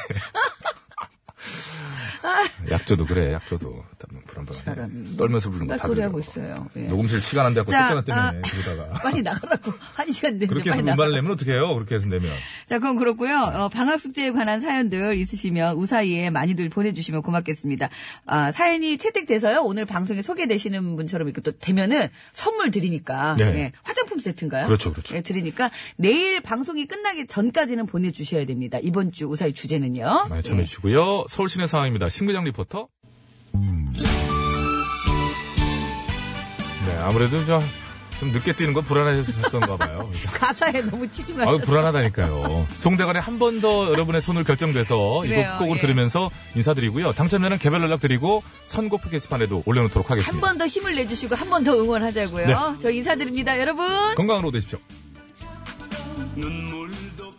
약조도 그래, 약조도. 불안불안해. 떨면서 부르는 거다
소리
들으려고.
하고 있어요. 예.
녹음실 시간 안 돼갖고
자,
쫓겨나 때문에,
아.
그러다가.
빨리 나가라고 한 시간 내내
그렇게 해서
빨리
음반을
나가.
내면 어떡해요? 그렇게 해서 내면.
자, 그건 그렇고요. 어, 방학 숙제에 관한 사연들 있으시면 우사히에 많이들 보내주시면 고맙겠습니다. 아, 사연이 채택돼서요. 오늘 방송에 소개되시는 분처럼 이렇게 또 되면은 선물 드리니까
네.
예, 화장품 세트인가요?
그렇죠, 그렇죠.
예, 드리니까 내일 방송이 끝나기 전까지는 보내주셔야 됩니다. 이번 주 우사히 주제는요. 예,
많이 아, 참여해주시고요. 서울 시내 상황입니다. 신구장 리포터. 네, 아무래도 저, 좀 늦게 뛰는 건 불안하셨던가 봐요.
가사에 너무
아유,
치중하셔서
불안하다니까요. 송대관에 한 번 더 여러분의 손을 결정돼서 이
그래요,
곡 곡을
예.
들으면서 인사드리고요. 당첨자는 개별 연락 드리고 선곡표 게시판에도 올려놓도록
한
하겠습니다.
번 더 힘을 내주시고 한 번 더 응원하자고요.
네.
저 인사드립니다, 여러분.
건강으로 되십시오.
눈물도